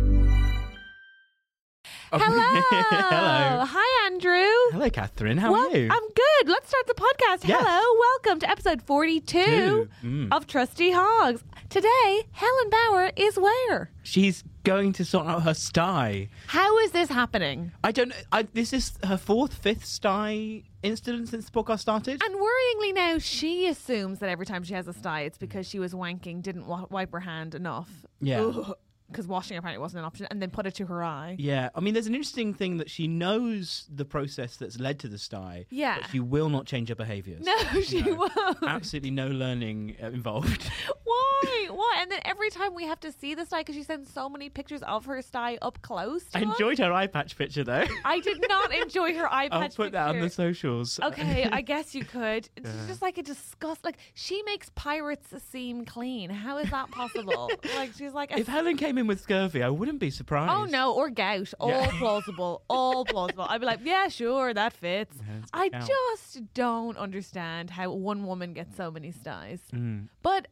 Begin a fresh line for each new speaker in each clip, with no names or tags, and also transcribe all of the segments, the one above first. Hello.
Hello.
Hi, Andrew.
Hello, Catherine. How
Well,
are you?
I'm good. Let's start the podcast.
Yes.
Hello. Welcome to episode 42
Two. Mm.
of Trusty Hogs. Today, Helen Bauer is where?
She's going to sort out her sty.
How is this happening?
I don't. I, this is her fourth, fifth sty incident since the podcast started.
And worryingly now, she assumes that every time she has a sty, it's because she was wanking, didn't wa- wipe her hand enough.
Yeah.
Because washing apparently wasn't an option, and then put it to her eye.
yeah, I mean, there's an interesting thing that she knows the process that's led to the sty.
Yeah.
but she will not change her behaviours.
No, she won't.
Absolutely no learning uh, involved.
Why? Why? And then every time we have to see the sty, because she sends so many pictures of her sty up close. to
I
us.
enjoyed her eye patch picture though.
I did not enjoy her eye
I'll
patch
put that on the
picture.
socials.
Okay, I guess you could. It's just like a disgust. Like she makes pirates seem clean. How is that possible? like she's like, a
If Helen came in with scurvy, I wouldn't be surprised.
oh no, or gout. All
Yeah.
plausible. All plausible. I'd be like, yeah, sure, that fits.
it's
I
gout.
just don't understand how one woman gets so many styes.
Mm.
But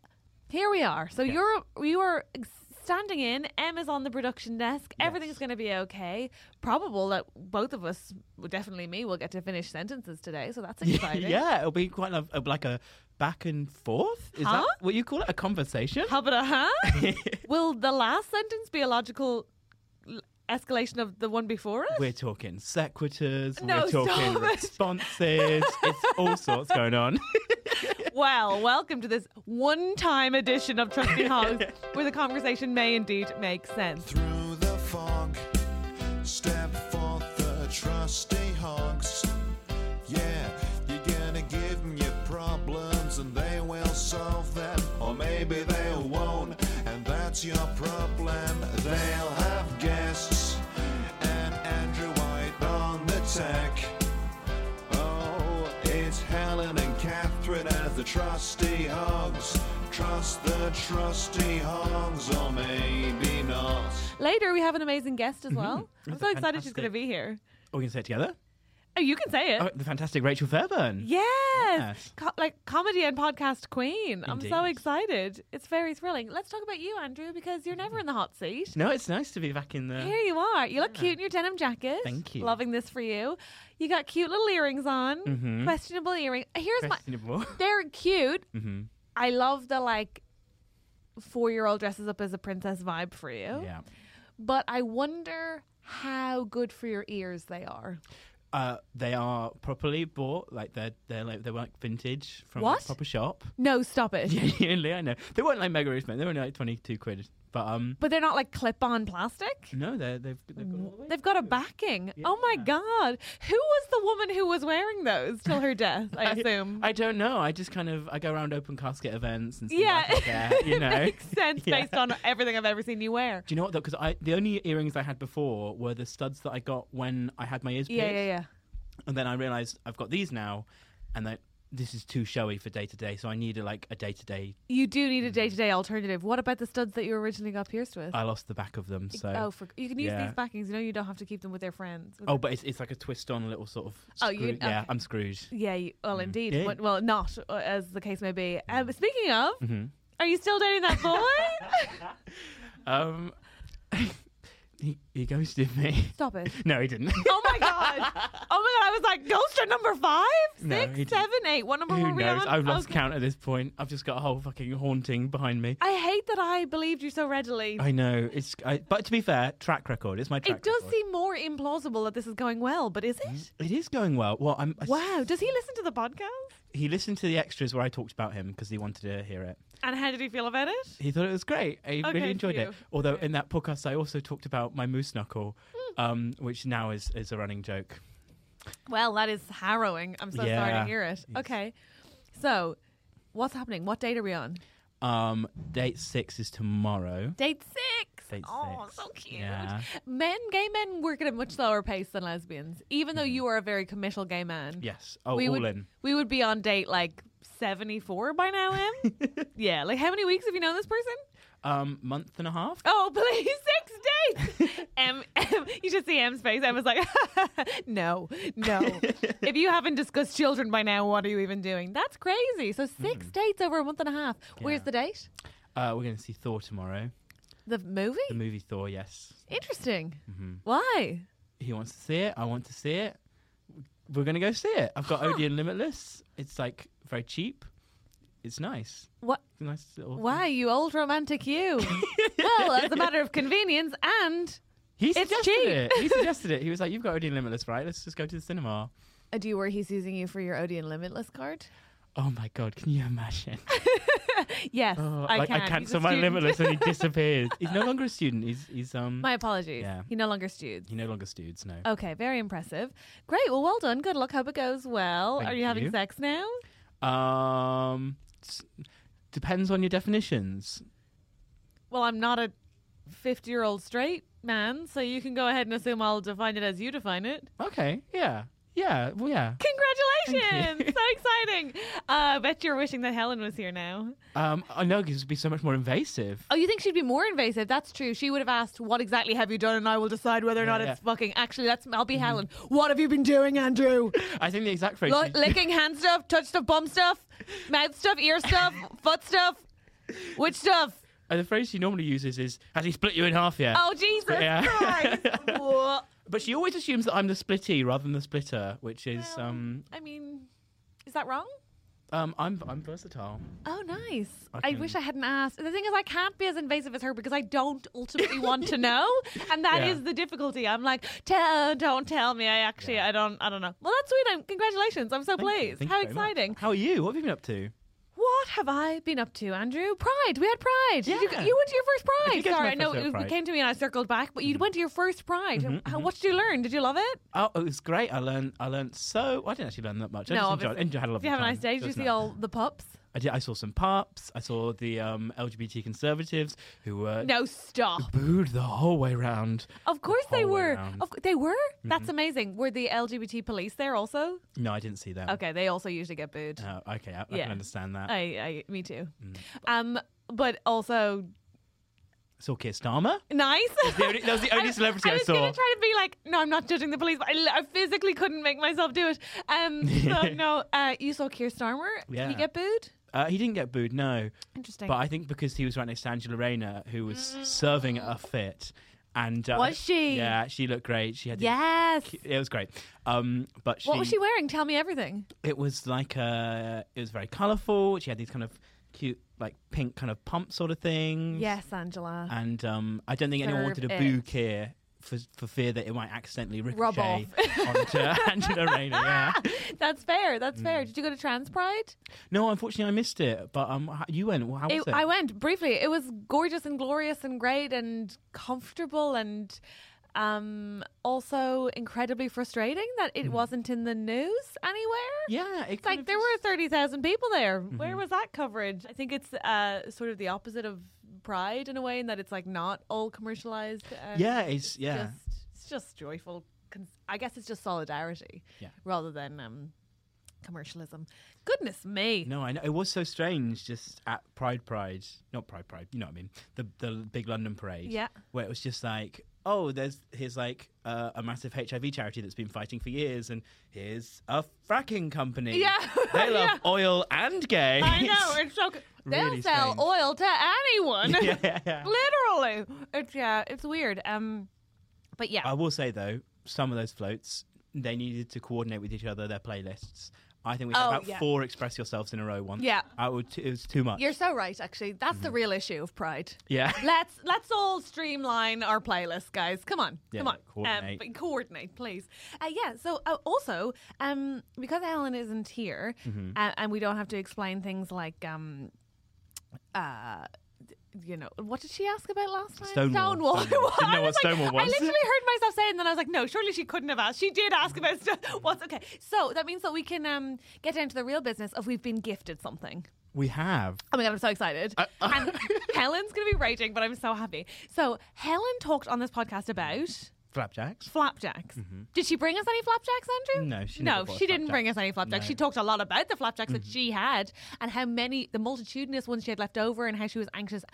here we are. So you're you are standing in. Em is on the production desk. Everything's going to be okay. Probable that both of us, well, definitely me, will get to finish sentences today. So that's exciting.
yeah, it'll be quite lov- uh, like a back and forth. Is
Huh?
that what you call it? A conversation?
How about a huh? Will the last sentence be a logical l- escalation of the one before it?
We're talking sequiturs,
No,
we're
stop
talking
it.
responses, it's all sorts going on.
Well, welcome to this one time edition of Trusty Hogs, where the conversation may indeed make sense.
Through the fog, step forth the trusty hogs. Yeah, you're gonna give 'em your problems and they will solve them, or maybe they won't, and that's your problem. They'll have guests and Andrew White on the tech. Oh, it's Helen and Catherine as the trusty hogs. Trust the trusty hogs, or maybe not.
Later, we have an amazing guest as well. I'm so excited she's
Mm-hmm. fantastic.
going to be here.
Are we going to say it together?
Oh, you can say it.
Oh, the fantastic Rachel Fairburn.
Yes,
Yes.
Co- like comedy and podcast queen. I'm so
Indeed.
excited. It's very thrilling. Let's talk about you, Andrew, because you're never in the hot seat.
No, it's nice to be back in the.
Here you are. You look cute in your denim jacket.
Thank you.
Loving this for you. You got cute little earrings on. Questionable earring. Here's
Mm-hmm. Questionable.
my. They're cute.
Mm-hmm.
I love the like four year old dresses up as a princess vibe for you.
Yeah.
But I wonder how good for your ears they are.
Uh, they are properly bought, like they're they're like they were like vintage from
What?
a proper shop.
No, stop it.
Genuinely, I know they weren't like mega expensive. They were only like twenty two quid, but um,
But they're not like clip on plastic.
no, they're, they've they've
Mm,
got all the way.
They've got a backing. Oh my God. Who was the woman who was wearing those till her death, I assume?
I don't know. I just kind of I go around open casket events and see
yeah.
what I can get, you know,
it makes sense
Yeah.
based on everything I've ever seen you wear.
Do you know what though? Because I the only earrings I had before were the studs that I got when I had my ears pierced,
Yeah, yeah, yeah.
and then I realized I've got these now, and then this is too showy for day to day, so I need a, like a day to day.
You do need a day to day alternative. What about the studs that you originally got pierced with?
I lost the back of them, so
oh, for, you can use
yeah.
these backings. You know, you don't have to keep them with their friends. With
Oh, but it's, it's like a twist on little sort of.
Oh, you-
screw- yeah,
okay.
I'm Scrooge.
Yeah, you, well, indeed.
Mm-hmm. Yeah.
Well- Well, not uh, as the case may be. Um, speaking of,
Mm-hmm.
are you still dating that boy?
Um, he he ghosted me.
Stop it.
No, he didn't.
Oh my god! Oh my god! I was like, ghost at number five,
No,
six,
he didn't.
seven, eight. What number
Who
were we
knows?
on?
I've lost
Okay.
count at this point. I've just got a whole fucking haunting behind me.
I hate that I believed you so readily.
I know it's, I, but to be fair, track record. It's my track.
it does
record.
seem more implausible that this is going well, but is it?
It is going well. Well, I'm. Mm, I s-
Wow! Does he listen to the podcast?
He listened to the extras where I talked about him because he wanted to hear it.
And how did he feel about it?
He thought it was great. He really
Okay, Hmm.
enjoyed it.
phew.
Although in that podcast, I also talked about my moose knuckle, um, which now is is a running joke.
Well, that is harrowing. I'm so sorry
Yeah.
to hear it. Okay, so what's happening? What date are we on?
Um, date six is tomorrow.
Date six.
Date
oh,
six.
so cute.
Yeah.
Men, gay men work at a much slower pace than lesbians, even though you are a very committal gay man.
Yes. Oh,
we
Mm-hmm. all
would,
in.
We would be on date like 74 by now, Em. yeah. Like, how many weeks have you known this person?
Um, month and a half.
Oh, please, six dates. em, em, you should see Em's face. Em was like, no, no. if you haven't discussed children by now, what are you even doing? That's crazy. So
Mm-hmm.
6 dates over a month and a half. Where's the date?
Uh, we're going to see Thor tomorrow.
The movie?
The mm-hmm. movie Thor. Yes.
Interesting. Why?
He wants to see it. I want to see it. We're going to go see it. I've got Odeon Limitless. It's like very cheap. It's nice.
What?
It's a nice little. thing.
Why, you old romantic you? well, as a matter of convenience and.
He
It's
suggested
cheap.
it. He suggested it. He was like, "You've got Odeon Limitless, right? Let's just go to the cinema."
Uh, Do you worry he's using you for your Odeon Limitless card?
Oh my god! Can you imagine?
Yes,
Oh,
I
like
can.
I
He's a
cancel my
student.
Limitless and he disappears. He's no longer a student. He's he's um.
My apologies.
Yeah.
He no longer studes.
he no longer studes. No.
Okay, very impressive. Great. Well, well done. Good luck. Hope it goes well.
Thank
Are you having
you.
sex now? Oh.
Um, s- depends on your definitions.
Well, I'm not a 50 year old straight man, so you can go ahead and assume I'll define it as you define it.
Okay. Yeah. Yeah. Well, yeah. Thank
Congratulations!
you.
so exciting. Uh, I bet you're wishing that Helen was here now.
Um, I know it would be so much more invasive.
Oh, you think she'd be more invasive? That's true. She would have asked, "What exactly have you done?" And I will decide whether or
Yeah,
not
yeah. Mm-hmm.
it's fucking. Actually, that's I'll be Helen. What have you been doing, Andrew?
I think the exact phrase.
Lo- licking hand stuff, touch stuff, bum stuff, mouth stuff, ear stuff, foot stuff. Which stuff?
uh, the phrase she normally uses is, "Has he split you in half yet?"
Oh Jesus
Yeah.
Christ! Wha-
But she always assumes that I'm the splitty rather than the splitter, which is um,
I mean, is that wrong?
um, I'm I'm versatile.
Oh, nice.
I
I,
can-
wish I hadn't asked. The thing is, I can't be as invasive as her because I don't ultimately want to know, and that is
Yeah.
the difficulty. I'm like, tell, don't tell me. I actually, I don't, I don't know. Well, that's sweet. I'm, congratulations. I'm so
Thank you.
pleased.
Thank you
How
very much.
exciting!
How are you? What have you been up to?
What have I been up to, Andrew? Pride. We had Pride. Did you,
Yeah.
you went to your first Pride.
did go to
Sorry,
my
I know
first
it,
Pride. Mm-hmm.
it came to me and I circled back, but you went to your first Pride. How, what did you learn? Did you love it?
Oh, it was great. I learned. I learned so. I didn't actually learn that much. I just enjoyed.
obviously.
enjoyed had a
Did
lovely
you have a
time.
nice day? Did
So
you
it's
see
nice.
all the pups?
I did. I saw some pups. I saw the um, LGBT conservatives who were
No, Oh. stop.
booed the whole way round.
Of course
The
they
whole way
were.
round. Mm-hmm.
Of, cou- they were. That's amazing. Were the LGBT police there also?
No, I didn't see them.
Okay, they also usually get booed.
Oh, okay, I, I
Yeah.
can understand that.
I, I, me too.
Mm.
Um, but also
saw Keir Starmer.
nice.
the only- that was the only
I-
celebrity I
was gonna
saw.
try to be like, no, I'm not judging the police, but I, l- I physically couldn't make myself do it. Um, so no, uh, you saw Keir Starmer.
Yeah.
He get booed.
Uh, he didn't get booed, no.
Interesting.
But I think because he was right next to Angela Rayner, who was serving a fit, and uh,
Was she?
Yeah, she looked great. She had the-
Yes.
It was great. Um, but she,
What was she wearing? Tell me everything.
It was like a. It was very colourful. She had these kind of cute, like pink kind of pump sort of things.
Yes, Angela.
And um, I don't think anyone wanted
Serve
a
it.
boo Keir for, for fear that it might accidentally
Rub
ricochet onto Angela Rayner. Yeah.
That's fair. That's
Mm.
fair. Did you go to Trans Pride?
No, unfortunately, I missed it. But um, h- you went. Well, How was
It,
it?
I went briefly. It was gorgeous and glorious and great and comfortable and um, also incredibly frustrating that it wasn't in the news anywhere.
Mm. Yeah, it
It's like there were 30,000 people there. Where
Mm-hmm.
was that coverage? I think it's uh, sort of the opposite of Pride in a way, in that it's like not all commercialized. Uh,
Yeah, it's yeah.
Just, it's just joyful. cons- I guess it's just solidarity
Yeah.
rather than um, commercialism. Goodness me.
No, I know it was so strange. Just at Pride, Pride, not Pride, Pride. You know what I mean? The the big London parade.
Yeah.
Where it was just like, oh, there's here's like uh, a massive HIV charity that's been fighting for years, and here's a fracking company.
Yeah.
They love
Yeah.
oil and gays.
I know it's so. good. They'll
Really
sell
strange.
oil to anyone.
Yeah.
Literally, it's yeah, it's weird. Um, but yeah,
I will say though, some of those floats they needed to coordinate with each other their playlists. I think we had
Oh,
about
yeah.
four express yourselves in a row once.
Yeah.
I would. It was too much.
you're so right. Actually, that's the real issue of Pride.
Mm-hmm. Yeah.
let's let's all streamline our playlist, guys. Come on,
Yeah,
come on,
coordinate.
Um, but coordinate, please. Uh, yeah. So uh, also, um, because Helen isn't here,
Mm-hmm.
uh, and we don't have to explain things like um, uh. You know what did she ask about last time?
Stonewall.
Stonewall.
Stonewall. Didn't know
I
what
was like-
Stonewall was.
I literally heard myself saying, and then I was like, "No, surely she couldn't have asked. She did ask about stuff." What's okay? So that means that we can um, get down to the real business of we've been gifted something.
We have.
Oh my god, I'm so excited.
Uh,
and Helen's gonna be raging, but I'm so happy. So Helen talked on this podcast about
Flapjacks.
flapjacks. Did she bring us any flapjacks, Andrew?
Mm-hmm. No, she never
no,
bought
she didn't bring us
flapjacks. Mm-hmm.
any flapjacks. She talked a lot about the flapjacks that she had and how many, the multitudinous ones she had left over, and how she was anxious.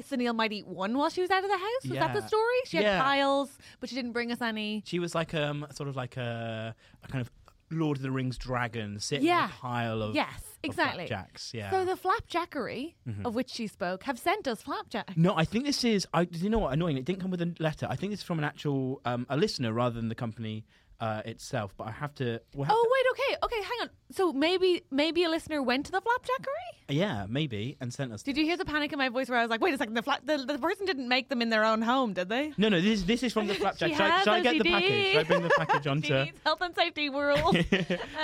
Sunil might eat one while she was out of the house. Was
Yeah.
that the story? She had
Yeah.
piles, but she didn't bring us any.
She was like um sort of like a, a kind of Lord of the Rings dragon sitting
Yeah.
in a pile of
Yes, exactly.
jacks. Yeah. Mm-hmm.
So the flapjackery of which she spoke have sent us flapjacks.
no, I think this is. I do you know what annoying? It didn't come with a letter. I think it's from an actual um, a listener rather than the company uh, itself. But I have to. We'll have to-
Oh wait, okay, okay, hang on. So maybe maybe a listener went to the flapjackery.
yeah, maybe and sent us.
Did you hear the panic in my voice where I was like, "Wait a second, the fla- the, the person didn't make them in their own home, did they?"
no, no. This this is from the flapjack.
She E
Shall I,
has
shall I get the
OCD.
package? Shall I bring the package
She
onto?
needs health and safety rules. Uh, Who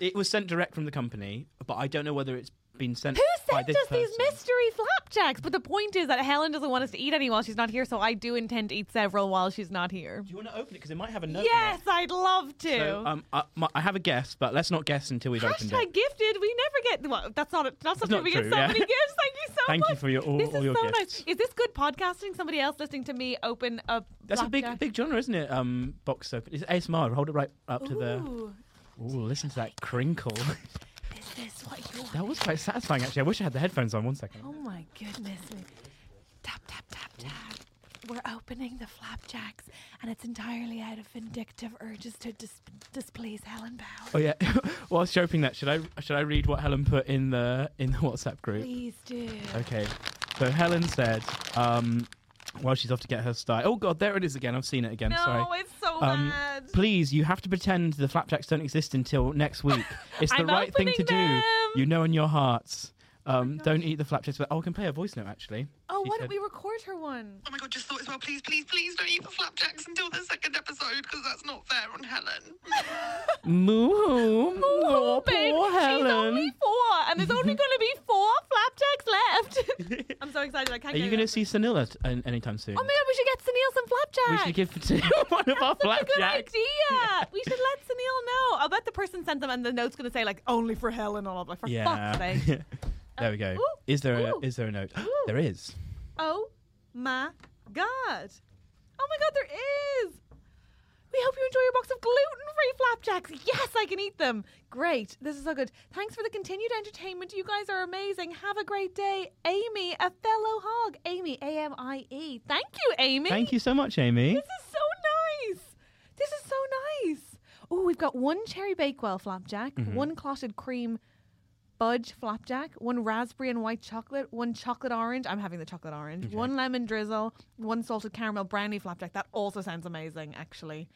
it was sent direct from the company, but I don't know whether it's been sent. by
sent
this
us these
person.
mystery flapjacks? But the point is that Helen doesn't want us to eat any while she's not here, so I do intend to eat several while she's not here.
Do you want to open it because it might have a note? in it.
Yes, I'd love to.
So, um, I, my, I have a guess, but let's not guess until we've opened it.
Hashtag gifted. We never get. Well, that's not. That's not
not
true. We get
true,
so
yeah.
many gifts. Thank you so
Thank
much.
you for your- all-
this
all
is
your
so
gifts.
nice. Is this good podcasting? Somebody else listening to me open a.
That's a big,
blackjack?
big genre, isn't it? Um, box open. It's ASMR. Hold it right up to the.
Ooh,
Ooh, listen to that crinkle.
is this what you want?
that was quite satisfying, actually. I wish I had the headphones on. One second.
Oh my goodness me! Tap tap tap tap. We're opening the flapjacks, and it's entirely out of vindictive urges to dis- displease Helen Bowers.
Oh yeah. Whilst you're opening that, should I should I read what Helen put in the in the WhatsApp group?
Please do.
Okay. So Helen said, um, while she's off to get her style. Oh God, there it is again. I've seen it again.
No,
Sorry.
it's so
Um,
bad.
please, you have to pretend the flapjacks don't exist until next week. It's the
I'm
right thing to
opening them.
do. You know in your hearts. Um, don't eat the flapjacks. But oh, I can play a voice note actually.
Oh,
She
why
said-
don't we record her one?
Oh my god, just thought as well, please, please, please don't eat the flapjacks until the second episode because that's not fair on Helen.
Moo. Oh,
babe,
poor
She's
Helen.
only four, and there's only going to be four flapjacks left. I'm so excited. I can't.
Are you
get
going to
enough.
see Sanilla t- an- anytime soon?
Oh my god, we should get Sunil some
we
flapjacks.
should give one of our
That's a good
flapjacks.
idea. We should let Sunil know. I bet the person sent them, and the note's going to say like only for Helen. All of like for fuck's
Yeah.
sake.
there we go.
Ooh,
is there a
ooh,
is there a note? there is.
Oh my god. Oh my god, there is. We hope you enjoy your box of gluten-free flapjacks. Yes, I can eat them. Great. This is so good. Thanks for the continued entertainment. You guys are amazing. Have a great day. Amy, a fellow hog. Amy, A M I E. Thank you, Amy.
Thank you so much, Amy.
This is so nice. This is so nice. Oh, we've got one cherry bakewell flapjack,
Mm-hmm.
one clotted cream budge flapjack, one raspberry and white chocolate, one chocolate orange. I'm having the chocolate orange. One lemon drizzle, one salted caramel brownie flapjack. That also sounds amazing, actually.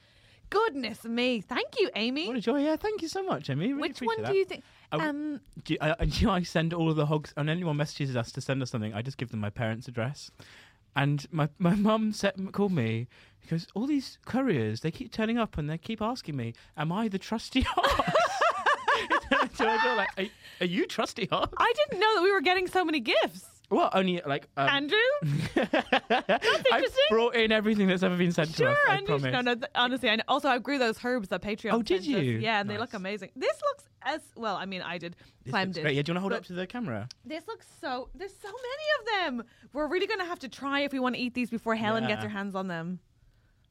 Goodness me! Thank you, Amy.
What a joy! Yeah, thank you so much, Amy. Really
Which
appreciate
one
that.
do you think?
I w-
um,
Do you, I, I- do you know I send all of the hogs, and anyone messages us to send us something, I just give them my parents' address. And my my mum set, called me. She goes, all these couriers, they keep turning up and they keep asking me, am I the trusty hogs? so I go like, are, are you trusty hogs?
I didn't know that we were getting so many gifts,
Well, only like um,
Andrew.
I
interesting.
brought in everything that's ever been sent to
Sure,
us. I
Andrew.
promise.
No, no. Th- honestly, I also I grew those herbs that Patreon.
Oh, did
sent us.
you?
Yeah, and they look
Nice.
amazing. This looks as well. I mean, I did.
This
Clem
looks
did.
great. Yeah, do you want to hold it up
But
to the camera?
This looks so. There's so many of them. We're really gonna have to try if we want to eat these before Helen
Yeah.
gets her hands on them.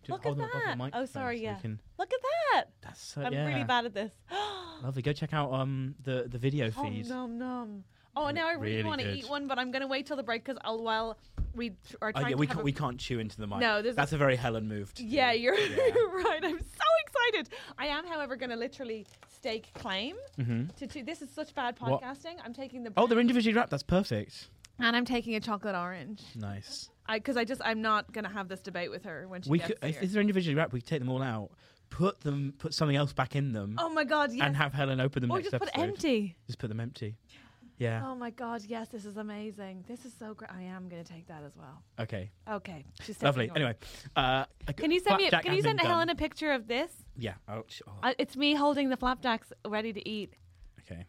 Do-
look
hold
at
them above the
that.
microphone
oh, sorry.
so we
Yeah.
can-
Look at that?
That's so,
I'm
yeah.
really bad at this.
Lovely. Go check out um the, the video
Oh
feed.
nom nom. Oh, now I really,
really
want to
good.
eat one, but I'm going to wait till the break because I'll while we tr- are
Oh
trying
yeah,
to
we
have
can't
a-
we can't chew into the mic.
No, there's a-
that's a, very Helen move. to do.
Yeah, you're you're right. I'm so excited. I am, however, going to literally stake claim to two. This is such bad
Mm-hmm. What?
podcasting. I'm taking the
Oh, they're
brownie
individually wrapped. That's perfect.
and I'm taking a chocolate orange.
Nice.
I because I just I'm not going to have this debate with her when she
We
gets
could, if
here.
they're individually wrapped, we could take them all out, put them, put something else back in them,
oh my god, yes.
and have Helen open them
or
next
just
episode.
put empty.
Just put them empty. Yeah.
Oh my god, yes, this is amazing. This is so great. I am going to take that as well.
okay.
Okay, she's taking
Lovely.
yours.
Anyway, uh, I g-
Can you send me?
flapjack
Can you
has been
send Helen
done.
a picture of this?
Yeah. Oh, sh- oh,
Uh, it's me holding the flapjacks ready to eat.
okay.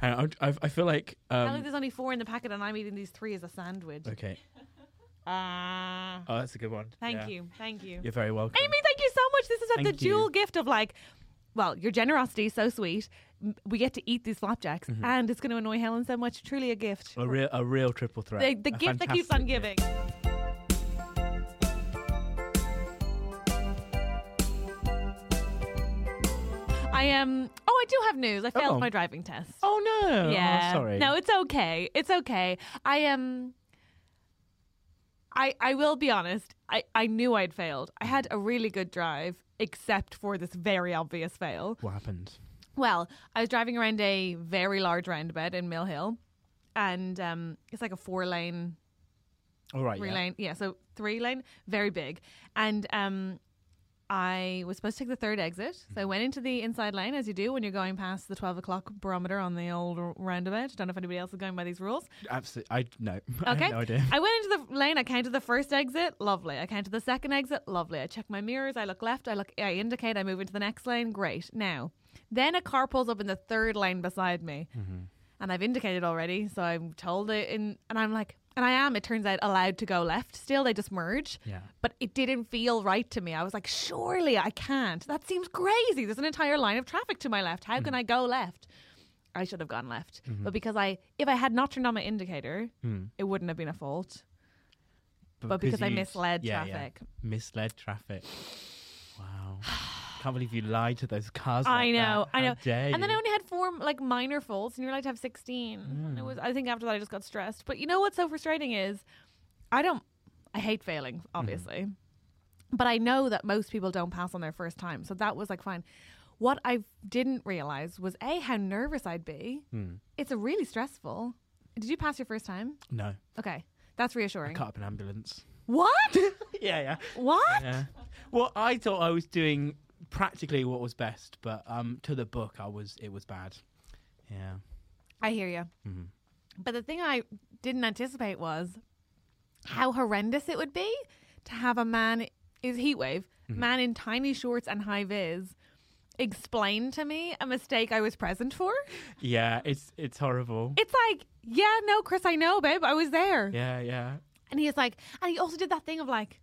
Hang on, I, I feel like.
I think
Um,
there's only four in the packet, and I'm eating these three as a sandwich.
okay.
Ah,
Oh, that's a good one.
thank
Yeah.
you, thank you,
You're very welcome.
Amy. Thank you so much. This is like
Thank
the dual
you.
gift of like, well, your generosity is so sweet. M- We get to eat these flapjacks,
Mm-hmm.
and it's going to annoy Helen so much. Truly a gift.
A real, a real triple threat.
The, the
A
gift that keeps on
fantastic gift.
giving. I am. Um, oh, I do have news. I failed
Oh.
my driving test.
Oh no! Oh,
yeah.
sorry.
No, it's okay. It's okay. I Um, I I will be honest. I I knew I'd failed. I had a really good drive, except for this very obvious fail.
what happened?
Well, I was driving around a very large roundabout in Mill Hill, and um, it's like a four lane,
All right.
three
yeah.
lane, yeah, so three lane, very big. And um, I was supposed to take the third exit, so I
Mm-hmm.
went into the inside lane as you do when you're going past the twelve o'clock barometer on the old r- roundabout. Don't know if anybody else is going by these rules.
Absolutely. I no. I
Okay.
had no idea.
I went into the lane. I counted the first exit. Lovely. I counted the second exit. Lovely. I check my mirrors. I look left. I look. I indicate. I move into the next lane. Great. Now, then a car pulls up in the third lane beside me, and I've indicated already. So I'm told it in, and I'm like, and I am. It turns out allowed to go left. Still, they just merge.
Yeah.
But it didn't feel right to me. I was like, surely I can't. That seems crazy. There's an entire line of traffic to my left. How can I go left? I should have gone left. But because I, if I had not turned on my indicator, it wouldn't have been a fault. But because I
you-
misled
yeah, yeah.
traffic.
Misled traffic. Wow. Can't believe you lied to those cars.
I
like that.
know, I
How
know.
dare
And then I
you.
only had four like minor faults, and you're allowed to have 16. And
Hmm.
It was. I think after that, I just got stressed. But you know what's so frustrating is, I don't. I hate failing,
Mm-hmm.
obviously, but I know that most people don't pass on their first time, so that was like fine. What I didn't realize was a how nervous I'd be.
Hmm.
It's a really stressful. Did you pass your first time?
no.
Okay, that's reassuring.
Cut up an ambulance.
What?
Yeah, yeah.
what?
Yeah. Well, I thought I was doing practically what was best, but um, to the book, I was it was bad. Yeah.
I hear you. But the thing I didn't anticipate was how horrendous it would be to have a man is heat wave man in tiny shorts and high vis explain to me a mistake I was present for.
Yeah. It's it's horrible.
It's like, yeah, no, Chris, I know, babe, I was there.
yeah, yeah.
And he was like, and he also did that thing of like,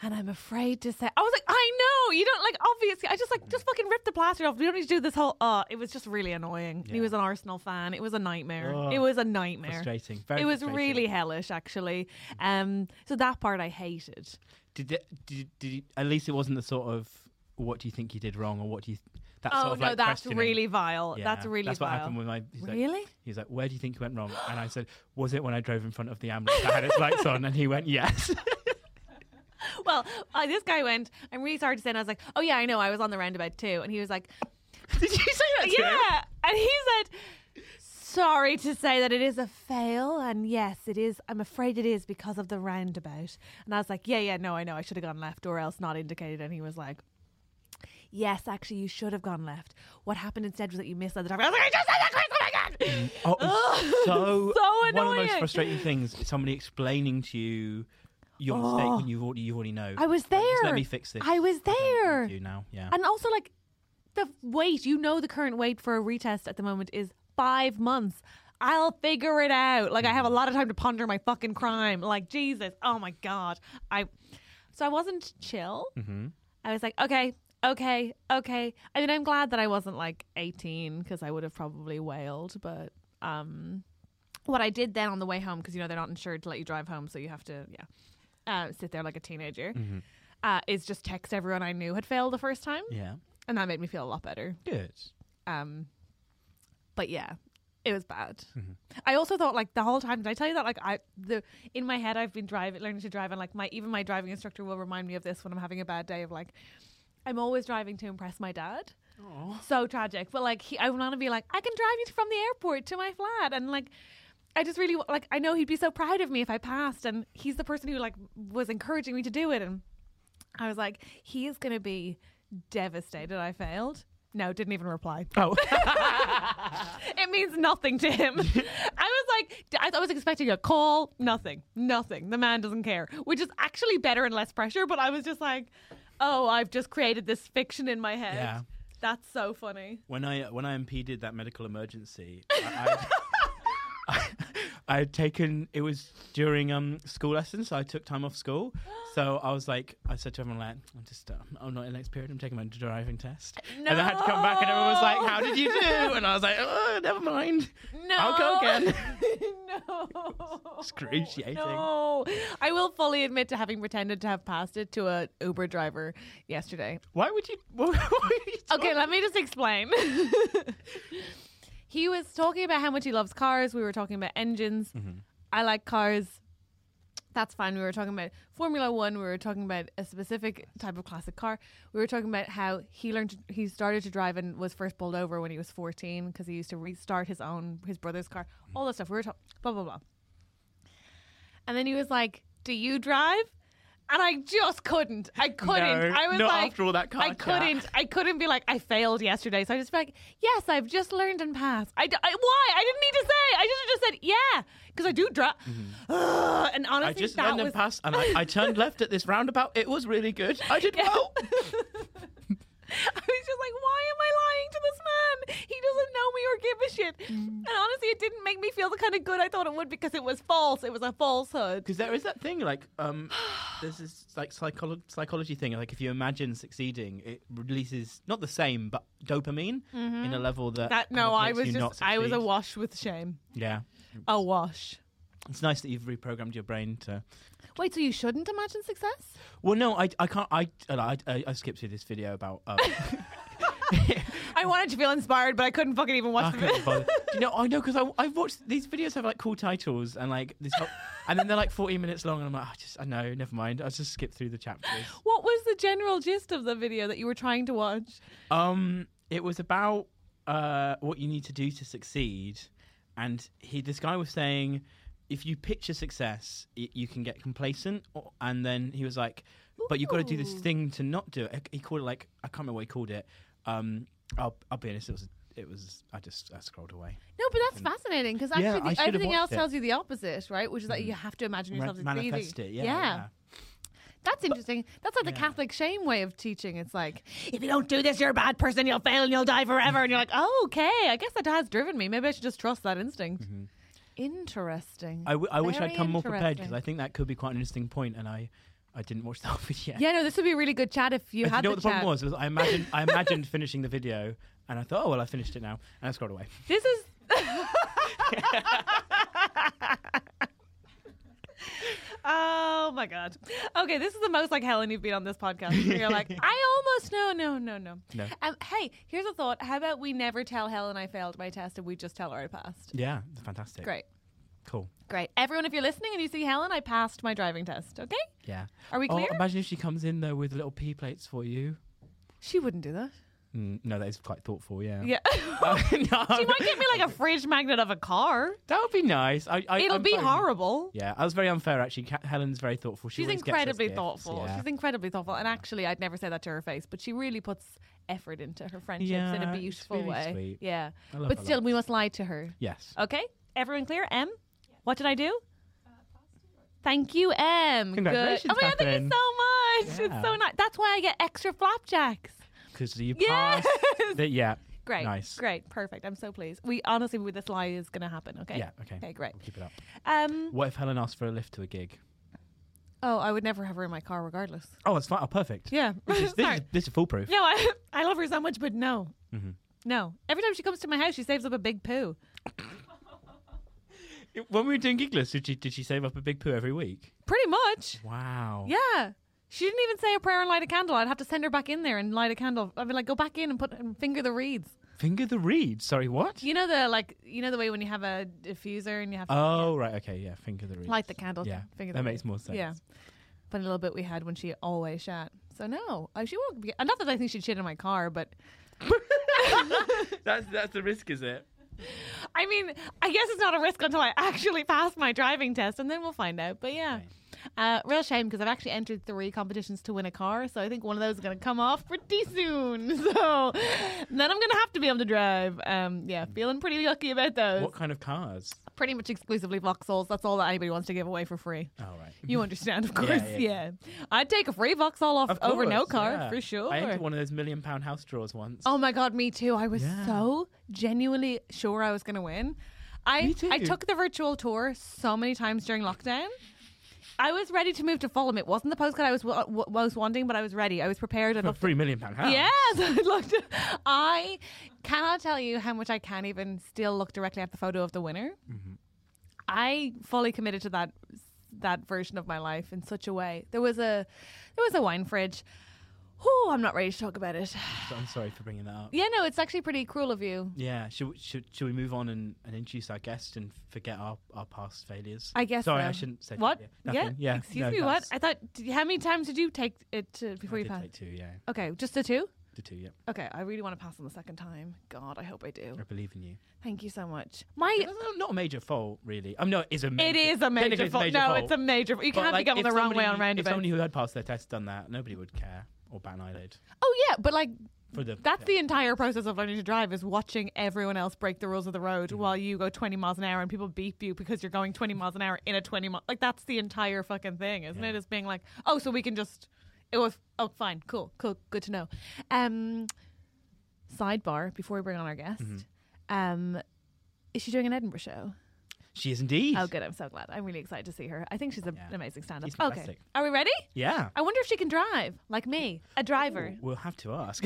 and I'm afraid to say. I was like, I know you don't like. Obviously, I just like just fucking rip the plaster off. We don't need to do this whole. Uh, it was just really annoying. And He was an Arsenal fan. It was a nightmare.
Oh,
it was a nightmare.
frustrating. Very
it was
frustrating.
really hellish, actually. Um, so that part I hated.
Did it, did did you, at least it wasn't the sort of what do you think you did wrong or what do you th- that
oh
sort of
no,
like
that's
questioning.
really vile.
Yeah,
That's really
That's
vile.
what happened with my. He's
Really?
Like, he's like, "Where do you think you went wrong?" And I said, "Was it when I drove in front of the ambulance that had its lights on?" And he went, "Yes."
well, uh, this guy went. I'm really sorry to say. And I was like, oh yeah, I know. I was on the roundabout too. And he was like,
Did you say that? To him?
Yeah. And he said, Sorry to say that it is a fail. And yes, it is. I'm afraid it is because of the roundabout. And I was like, Yeah, yeah, no, I know. I should have gone left or else not indicated. And he was like, Yes, actually, you should have gone left. What happened instead was that you missed the traffic. I was like, I just said that question again.
Oh, it's so
so
one of the most
annoying.
frustrating things is somebody explaining to you your mistake when you've already you already know.
I was
Like,
there.
Just let me fix this.
I was there.
You now, yeah.
And also, like, the wait, you know, the current wait for a retest at the moment is five months. I'll figure it out. Like, I have a lot of time to ponder my fucking crime. Like, Jesus, oh my God. I, so I wasn't chill. I was like, okay, okay, okay. I mean, I'm glad that I wasn't like 18 because I would have probably wailed, but, um, what I did then on the way home, because you know they're not insured to let you drive home, so you have to, yeah, uh, sit there like a teenager. uh, is just text everyone I knew had failed the first time,
Yeah.
and that made me feel a lot better.
Good.
Um, but yeah, it was bad. I also thought like the whole time. Did I tell you that? Like I, the in my head, I've been driving, learning to drive, and like my even my driving instructor will remind me of this when I'm having a bad day. Of like, I'm always driving to impress my dad. So tragic, but like he, I want to be like, I can drive you from the airport to my flat, and like. I just really wa- like. I know he'd be so proud of me if I passed, and he's the person who like was encouraging me to do it. And I was like, he is going to be devastated. I failed. No, didn't even reply
Oh.
it means nothing to him. I was like, I I was expecting a call, nothing, nothing. The man doesn't care, which is actually better and less pressure. But I was just like, oh, I've just created this fiction in my head.
Yeah.
That's so funny.
when I when I impeded that medical emergency, I, I, I had taken it was during um school lessons, so I took time off school. So I was like, I said to everyone like, I'm just uh, I'm not in next period. I'm taking my driving test, and I had to come back, and everyone was like,
No.
How did you do? And I was like, Oh, never mind.
No.
I'll go again.
no.
Excruciating.
No. I will fully admit to having pretended to have passed it to a Uber driver yesterday.
Why would you? What, were you talking-
Okay, let me just explain. he was talking about how much he loves cars. We were talking about engines.
Mm-hmm.
I like cars. That's fine. We were talking about Formula One. We were talking about a specific type of classic car. We were talking about how he learned, he started to drive and was first pulled over when he was 14 because he used to restart his own, his brother's car,
Mm-hmm.
all that stuff. We were talking, blah, blah, blah. And then he was like, Do you drive? And I just couldn't. I couldn't.
No,
I was
not
like,
after all that car
I
chat.
couldn't. I couldn't be like, I failed yesterday. So I just be like, yes, I've just learned and passed. I, d- I- why? I didn't need to say. I just just said yeah because I do drive. And honestly,
Mm-hmm. I just
that
learned
was
and passed, and I, I turned left at this roundabout. It was really good. I did well.
I was just like, why am I lying to this man? He doesn't know me or give a shit.
Mm-hmm.
And honestly, it didn't make me feel the kind of good I thought it would because it was false. It was a falsehood.
Because there is that thing, like, um, there's this like psycholo- psychology thing. Like, if you imagine succeeding, it releases not the same, but dopamine in a level that
Mm-hmm. That
kind of
no, I
makes
was
you
just
not
I was
succeed.
awash with shame.
Yeah,
Awash.
it's nice that you've reprogrammed your brain to.
Wait, so you shouldn't imagine success?
Well, no, I, I can't. I, uh, I, I, I skipped through this video about. Um,
I wanted to feel inspired, but I couldn't fucking even watch
I
the
couldn't
video.
bother. Do you know, I know because I, I've watched these videos have like cool titles and like this, whole- and then they're like 40 minutes long, and I'm like, "Ah, I just, I know, never mind. I'll just skip through the chapters.
What was the general gist of the video that you were trying to watch?
Um, it was about uh, what you need to do to succeed, and he this guy was saying if you picture success, y- you can get complacent, or, and then he was like, but you've got to do this thing to not do it. He called it like I can't remember what he called it. Um, I'll I'll be honest, it was it was I just I scrolled away.
No, but that's fascinating because
Yeah, I
actually the,
should've
everything
watched
else
it.
tells you the opposite, right? Which is that you have to imagine
Ma-
yourself as
manifest it, yeah, yeah.
That's interesting. That's like the Catholic shame way of teaching. It's like, if you don't do this, you're a bad person, you'll fail and you'll die forever. And you're like, oh, okay, I guess that has driven me. Maybe I should just trust that instinct. Mm-hmm. Interesting.
I, w- I wish I'd
Very
come more prepared because
interesting.
I think that could be quite an interesting point, and I I didn't watch that video.
Yeah, no, this would be a really good chat if you
And
had
do you know
the
what the
chat.
problem was? was I imagined I imagined finishing the video, and I thought, oh well, I finished it now, and I scrolled away.
This is. oh my god. Okay, this is the most like Helen you've been on this podcast. where You're like, I almost know. No, no, no.
No.
Um, hey, here's a thought. How about we never tell Helen I failed my test and we just tell her I passed?
Yeah, it's fantastic.
Great.
Cool.
Great. Everyone, if you're listening and you see Helen, I passed my driving test, okay?
Yeah.
Are we clear?
Oh, imagine if she comes in though with little pea plates for you.
She wouldn't do that.
Mm, no, that is quite thoughtful. Yeah.
Yeah.
Uh, no.
she might get me like a fridge magnet of a car.
That would be nice. I, I,
It'll
I'm
be
very-
horrible.
Yeah, I was very unfair actually. Ca- Helen's very thoughtful. She
She's
always gets us
incredibly
gifts,
thoughtful.
Yeah.
She's incredibly thoughtful. And actually, I'd never say that to her face, but she really puts effort into her friendships in
Yeah,
a
it's
beautiful
really
way.
sweet.
Yeah.
I love
But
her
still, we
lots.
must lie to her.
yes.
Okay? Everyone clear? M? What did I do? Thank you, M. Good.
Congratulations,
Oh my God, thank you
Catherine.
so much. It's so
Yeah.
nice. That's why I get extra flapjacks.
Because you
Yes!
passed. The, yeah.
Great.
Nice.
Great. Perfect. I'm so pleased. We honestly, with this lie is going to happen. Okay.
Yeah. Okay.
Okay, great.
We'll keep it up.
Um.
What if Helen asked for a lift to a gig?
Oh, I would never have her in my car regardless.
Oh, it's fine. Oh, perfect.
Yeah.
This is, this
Sorry.
is, this is foolproof.
No, I I love her so much, but no,
Mm-hmm.
no. Every time she comes to my house, she saves up a big poo.
When we were doing gig lists, did she, did she save up a big poo every week?
Pretty much,
Wow.
yeah. She didn't even say a prayer and light a candle. I'd have to send her back in there and light a candle. I'd be like, go back in and put and finger the reeds.
Finger the reed. Sorry, what?
You know the like, you know the way when you have a diffuser and you have to
Oh, right. Okay. Yeah. Finger the reed.
light the candle.
Yeah.
finger the
that makes
reeds.
more sense.
Yeah, but a little bit we had when she always shat. So no, uh, she won't. Be, uh, not that I think she'd shit in my car, but
That's, that's the risk, is it?
I mean, I guess it's not a risk until I actually pass my driving test, and then we'll find out. But yeah. Uh, real shame because I've actually entered three competitions to win a car, so I think one of those is going to come off pretty soon. So then I'm going to have to be able to drive. Um, yeah, feeling pretty lucky about those.
What kind of cars?
Pretty much exclusively Vauxhalls. That's all that anybody wants to give away for free.
All Oh, right.
You understand, of course.
yeah,
Yeah,
yeah.
I'd take a free Vauxhall off
Of
over no
course,
car
yeah.
for sure.
I entered one of those million pound house drawers once.
Oh my god, me too. I was
Yeah.
so genuinely sure I was going to win. I
Me
I
too.
took the virtual tour so many times during lockdown. I was ready to move to Fulham. It wasn't the postcode I was w- w- most wanting, but I was ready. I was prepared. I
for a
looked
three million pound house.
Yes, I looked. I cannot tell you how much I can't even still look directly at the photo of the winner.
Mm-hmm.
I fully committed to that that version of my life in such a way. There was a there was a wine fridge. Whew, I'm not ready to talk about it.
So I'm sorry for bringing that up.
Yeah, no, it's actually pretty cruel of you.
Yeah, should, we- should should we move on and, and introduce our guest and forget our, our past failures?
I guess.
Sorry,
so.
I shouldn't say
what.
Yeah, nothing.
Yeah.
yeah.
Excuse
no,
me. What?
that's-
I thought. Did, how many times did you take it to, before
I
you
did
passed?
take two. Yeah,
Okay, just the two.
the two. Yeah,
Okay, I really want to pass on the second time. God, I hope I do.
I believe in you.
Thank you so much. My
It's not- not a major fault, really. Um, no, it is a.
It
Major,
is a major
technically
fault. no, it's a
fault.
major fault. You
But,
can't
like,
be going
if
the wrong way
somebody-
on
If
roundabout.
somebody who had passed their test done that, nobody would care or ban eyelid
oh yeah, but like
for the.
that's the entire process of learning to drive is watching everyone else break the rules of the road while you go 20 miles an hour and people beep you because you're going 20 miles an hour in a 20 mile. Like that's the entire fucking thing, isn't it? Is being like, oh, so we can just. It was oh fine, cool, cool, good to know. Um, sidebar before we bring on our guest, um, is she doing an Edinburgh show?
She is indeed.
Oh, good. I'm so glad. I'm really excited to see her. I think she's a, an amazing stand up.
She's
Okay.
fantastic.
Are we ready?
Yeah.
I wonder if she can drive, like me, a driver.
We'll have to ask.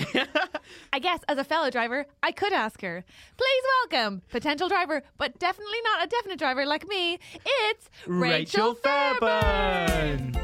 I guess, as a fellow driver, I could ask her. Please welcome, potential driver, but definitely not a definite driver like me, it's Rachel, Fairburn.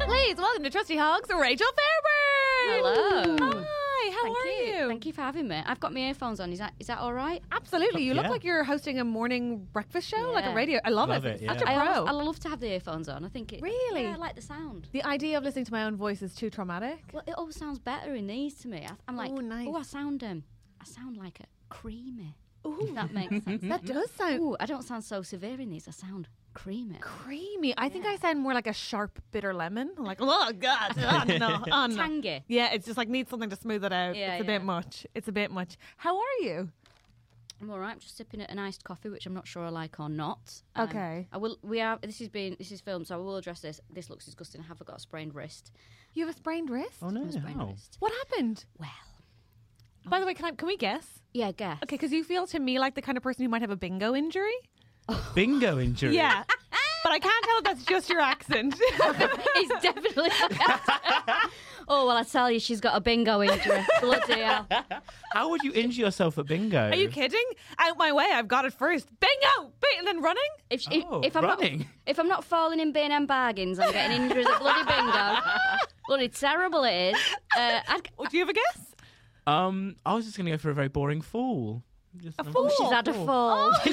Please welcome to Trusty Hogs, Rachel Fairburn.
Hello.
Hi, how
Thank
are
you. Thank you for having me. I've got my earphones on. Is that is that all right?
Absolutely. You look
Yeah.
like you're hosting a morning breakfast show, like a
Yeah.
radio. I love,
Love
it.
it,
Such a
yeah.
pro.
I, always- I love to have the earphones on. I think it
Really?
Yeah, I like the sound.
the idea of listening to my own voice is too traumatic.
Well, it always sounds better in these to me. I, I'm like,
Oh, nice.
I sound um, I sound like a creamy. Ooh, that makes sense.
That
Mm-hmm.
does sound
Ooh, I don't sound so severe in these. I sound creamy.
creamy. I think I sound more like a sharp bitter lemon. Like, oh god, oh no, oh no.
Tangy.
Yeah, it's just like needs something to smooth it out.
Yeah,
it's a
yeah.
bit much. It's a bit much. How are you?
I'm all right. I'm just sipping at an iced coffee, which I'm not sure I like or not. Um,
Okay.
I will. We are. This is being. This is filmed, so I will address this. This looks disgusting. I have got a sprained wrist.
You have a sprained wrist.
Oh no!
A sprained
how?
wrist.
What happened?
Well,
By the way, can I? Can we guess?
yeah, guess.
Okay, because you feel to me like the kind of person who might have a bingo injury.
Bingo injury.
Yeah. But I can't tell if that's just your accent.
it's definitely. oh well, I tell you, she's got a bingo injury. Bloody hell!
How would you injure yourself at bingo?
Are you kidding? Out my way! I've got it first. Bingo! Bing, and then running.
If, she- if-
Oh,
if I'm
running.
not if I'm not falling in bin and bargains, I'm getting injuries at bloody bingo. bloody terrible it is. Uh, I'd,
Oh,
Do you have a guess?
Um, I was just going to go for a very boring fall. Just-
A fall?
she's had a fall.
Oh.
Oh.
That's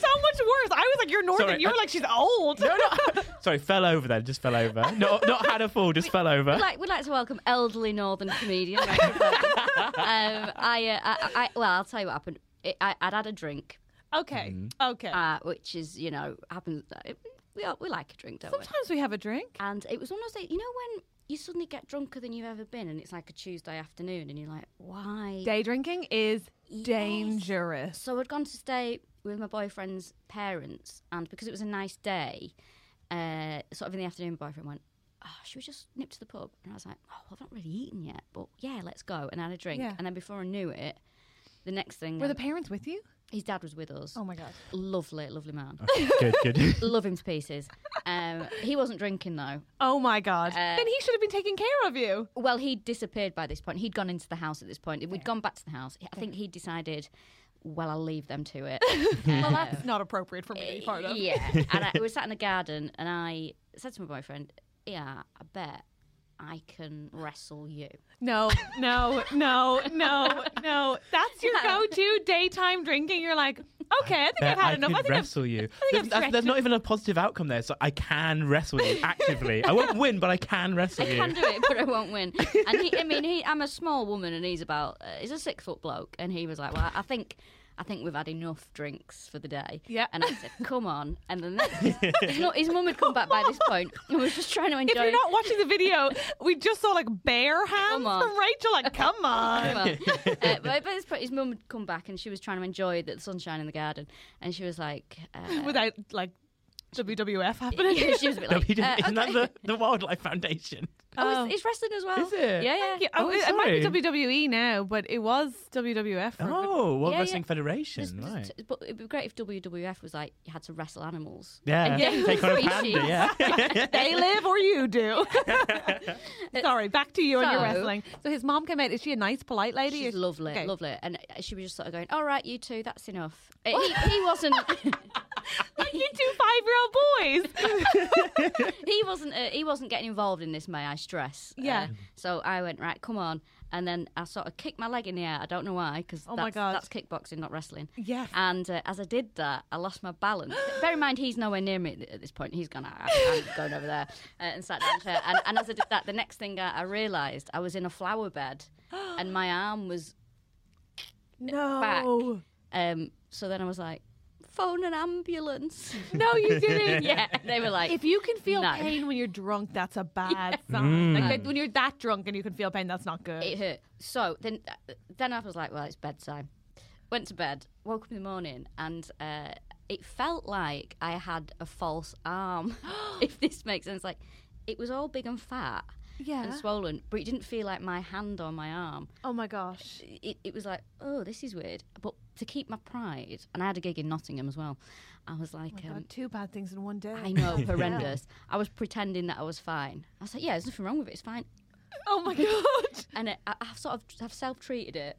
so much worse. I was like, you're northern.
Sorry,
you were
I-
like, she's old.
No, no. Sorry, fell over then. Just fell over. No, not had a fall. Just fell over.
We'd like, we'd like to welcome elderly northern comedian. Rachel Burton. um, I, uh, I, I, well, I'll tell you what happened. It, I, I'd had a drink,
Okay. Okay.
uh, which is you know happens. It, we, all- we like a drink, don't we?
Sometimes we have a drink.
And it was one of those days, you know, when you suddenly get drunker than you've ever been, and it's like a Tuesday afternoon, and you're like, why?
Day drinking is dangerous.
So I'd gone to stay with my boyfriend's parents, and because it was a nice day, uh, sort of in the afternoon, my boyfriend went, oh, should we just nip to the pub? And I was like, oh, I've not really eaten yet, but yeah, let's go. And I had a drink.
Yeah.
And then before I knew it, the next thing,
Were the
um,
parents with you?
his dad was with us.
Oh my god.
Lovely, lovely man.
good, good.
Love him to pieces. Um, he wasn't drinking though.
Oh my god. then he should have been taking care of you.
Well, he'd disappeared by this point. He'd gone into the house at this point. We'd gone back to the house. I think he decided well, I'll leave them to it.
well, that's not appropriate for me to be part of.
yeah. And I, we sat in the garden and I said to my boyfriend, Yeah, I bet I can wrestle you.
No, no, no, no, no. That's your go-to daytime drinking. You're like, okay, I think I've
bet
had
I
enough.
could
I think
wrestle
I've,
you.
I think
There's,
I've
that's-
stretched
there's
it.
not even a positive outcome there. So I can wrestle you actively. I won't win, but I can wrestle
I
you.
can do it, but I won't win. And he, I mean, he, I'm a small woman, and he's about, uh, he's a six foot bloke, and he was like, "Well, I think, I think we've had enough drinks for the day."
Yeah.
And I said, "Come on!" And then his, mu- his mum had come back by this point, and was just trying to enjoy.
If you're not watching the video, we just saw like bear hands
on.
from Rachel. Like, come on.
well, uh, but by this point, his mum had come back, and she was trying to enjoy the sunshine in the garden, and she was like, uh,
Without like WWF happening.
yeah, she was a bit
No,
like,
he didn't-
uh,
Isn't
okay.
that the, the Wildlife Foundation?
Oh, it's, it's wrestling as well.
Is it?
Yeah, yeah.
Yeah, oh,
Oh,
it, it might
sorry.
be WWE now, but it was WWF. For a bit.
Oh, World
Yeah, yeah.
Wrestling Federation,
Just- just-
right?
but it'd be great if WWF was like you had to wrestle animals.
yeah,
yeah.
take on a
Species.
panda. Yeah,
they live or you do. Sorry, back to you and your
So-
wrestling. So his mom came out. Is she a nice, polite lady?
She's
Is-
lovely,
okay.
lovely, and she was just sort of going, "All right, you two, that's enough." Uh, He, he wasn't,
Like you two five-year-old boys.
he wasn't, uh, he wasn't getting involved in this. May I stress? Uh,
Yeah.
so I went right, come on, and then I sort of kicked my leg in the air. I don't know why, because
Oh my
that's,
God.
that's kickboxing, not wrestling.
Yes.
And uh, as I did that, I lost my balance. Bear in mind, he's nowhere near me at- at this point. He's gone. I, I'm going over there uh, and sat down. on a Chair. And, and as I did that, the next thing I, I realised, I was in a flower bed, and my arm was
No.
back. Um, so then I was like, phone an ambulance.
No, you didn't.
yeah, they were like,
If you can feel
No.
pain when you're drunk, that's a bad sign. Like, when you're that drunk and you can feel pain, that's not good.
it hurt. So then, then I was like, well, it's bedtime. Went to bed, woke up in the morning, and uh, it felt like I had a false arm. if this makes sense, like it was all big and fat.
Yeah.
And swollen, but it didn't feel like my hand or my arm.
oh my gosh.
It, it was like, oh, this is weird. But to keep my pride, and I had a gig in Nottingham as well. I was like,
Oh
um,
God, two bad things in one day.
I know, horrendous. I was pretending that I was fine. I was like, yeah, there's nothing wrong with it. It's fine.
Oh my god.
And it, I, I've sort of I've self treated it.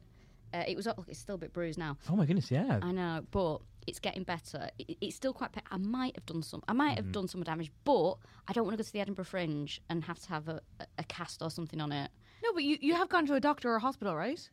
Uh, it was look, it's still a bit bruised now.
Oh my goodness, yeah.
I know, but it's getting better. It, it's still quite. Pe- I might have done some. I might have done some damage, but I don't want to go to the Edinburgh Fringe and have to have a, a, a cast or something on it.
No, but you, you have gone to a doctor or a hospital, right?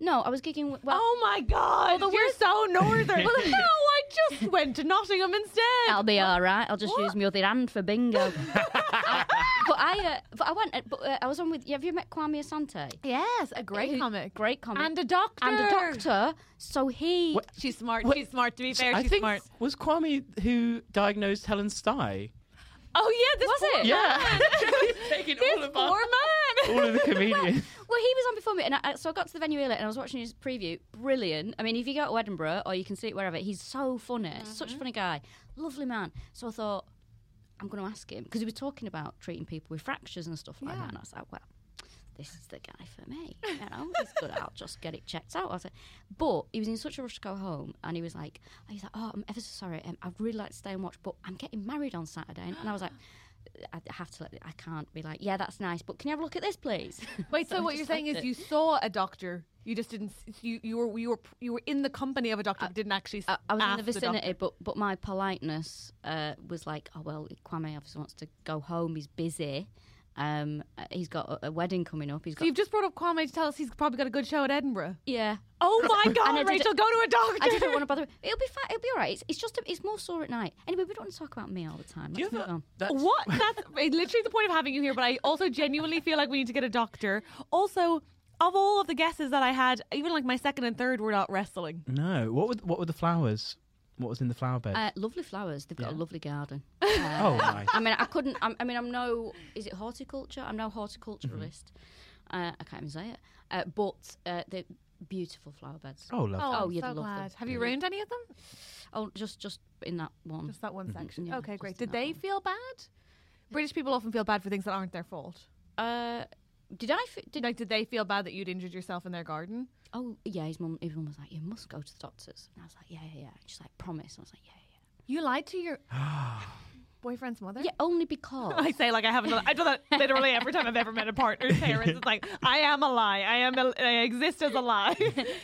No, I was gigging. With, well,
oh my god. you're so northern. well, no, I just went to Nottingham instead.
I'll be all right. I'll just use my other hand for bingo. I, but I, uh, but I went. uh, But uh, I was on with. Have you met Kwame Asante?
yes, a great
Who-
comic.
Great comic.
And a doctor.
And a doctor. So he.
She's smart. She's smart. To be fair,
I
she's
think
smart.
was Kwame who diagnosed Helen Stye.
Oh yeah, this
Was
poor
it?
Yeah, he's taking all
This
of our,
poor man.
all of the comedians.
Well, he was on before me, and I, I- so I got to the venue early, and I was watching his preview. Brilliant. I mean, if you go to Edinburgh or you can see it wherever, he's so funny. Such a funny guy, lovely man. So I thought I'm going to ask him because he was talking about treating people with fractures and stuff like that, and I was like, well. This is the guy for me. You know, he's good. I'll just get it checked out. I was like, but he was in such a rush to go home, and he was like, he's like, oh, I'm ever so sorry. Um, I'd really like to stay and watch, but I'm getting married on Saturday, and I was like, I have to. Let, I can't be like, yeah, that's nice, but can you have a look at this, please?
Wait, so,
I
what you're
just
saying is
liked it.
you saw a doctor, you just didn't. s- You you were you were you were in the company of a doctor, but didn't actually.
I, I was in
ask
the
doctor.
vicinity, but but my politeness uh, was like, oh well, Kwame obviously wants to go home. He's busy. Um, uh, he's got a, a wedding coming up. He's
So
got
you've just brought up Kwame to tell us he's probably got a good show at Edinburgh.
yeah.
Oh my
I
God,
did-
Rachel, go to a doctor.
I didn't want to bother. It'll be fine. It'll be all right. It's, it's just a, it's more sore at night. Anyway, we don't want to talk about me all the time. Let's move on.
That's,
What? That's literally the point of having you here. But I also genuinely feel like we need to get a doctor. Also, of all of the guesses that I had, even like my second and third were not wrestling.
No. What were th- what were the flowers? What was in the flower bed?
Uh, lovely flowers. They've got a lovely garden. Uh,
oh, nice.
I mean, I couldn't. I'm, I mean, I'm no. Is it horticulture? I'm no horticulturalist. Uh, I can't even say it. Uh, but uh, they're beautiful flower beds.
Oh, lovely.
Oh, you'd love them.
Have you ruined any of them?
Oh, just just in that one.
Just that one section.
Yeah,
okay,
just
great.
in
Did
that
they
one.
feel bad? British people often feel bad for things that aren't their fault.
Uh, did I? F- did
Like, did they feel bad that you'd injured yourself in their garden?
oh yeah, his mum. His mum was like, "You must go to the doctors," and I was like, "Yeah, yeah, yeah." She's like, "Promise." And I was like, "Yeah, yeah."
You lied to your. boyfriend's mother?
Yeah, only because.
I say like I haven't done. I've done that literally every time I've ever met a partner's parents. It's like I am a lie. I am. A, I exist as a lie.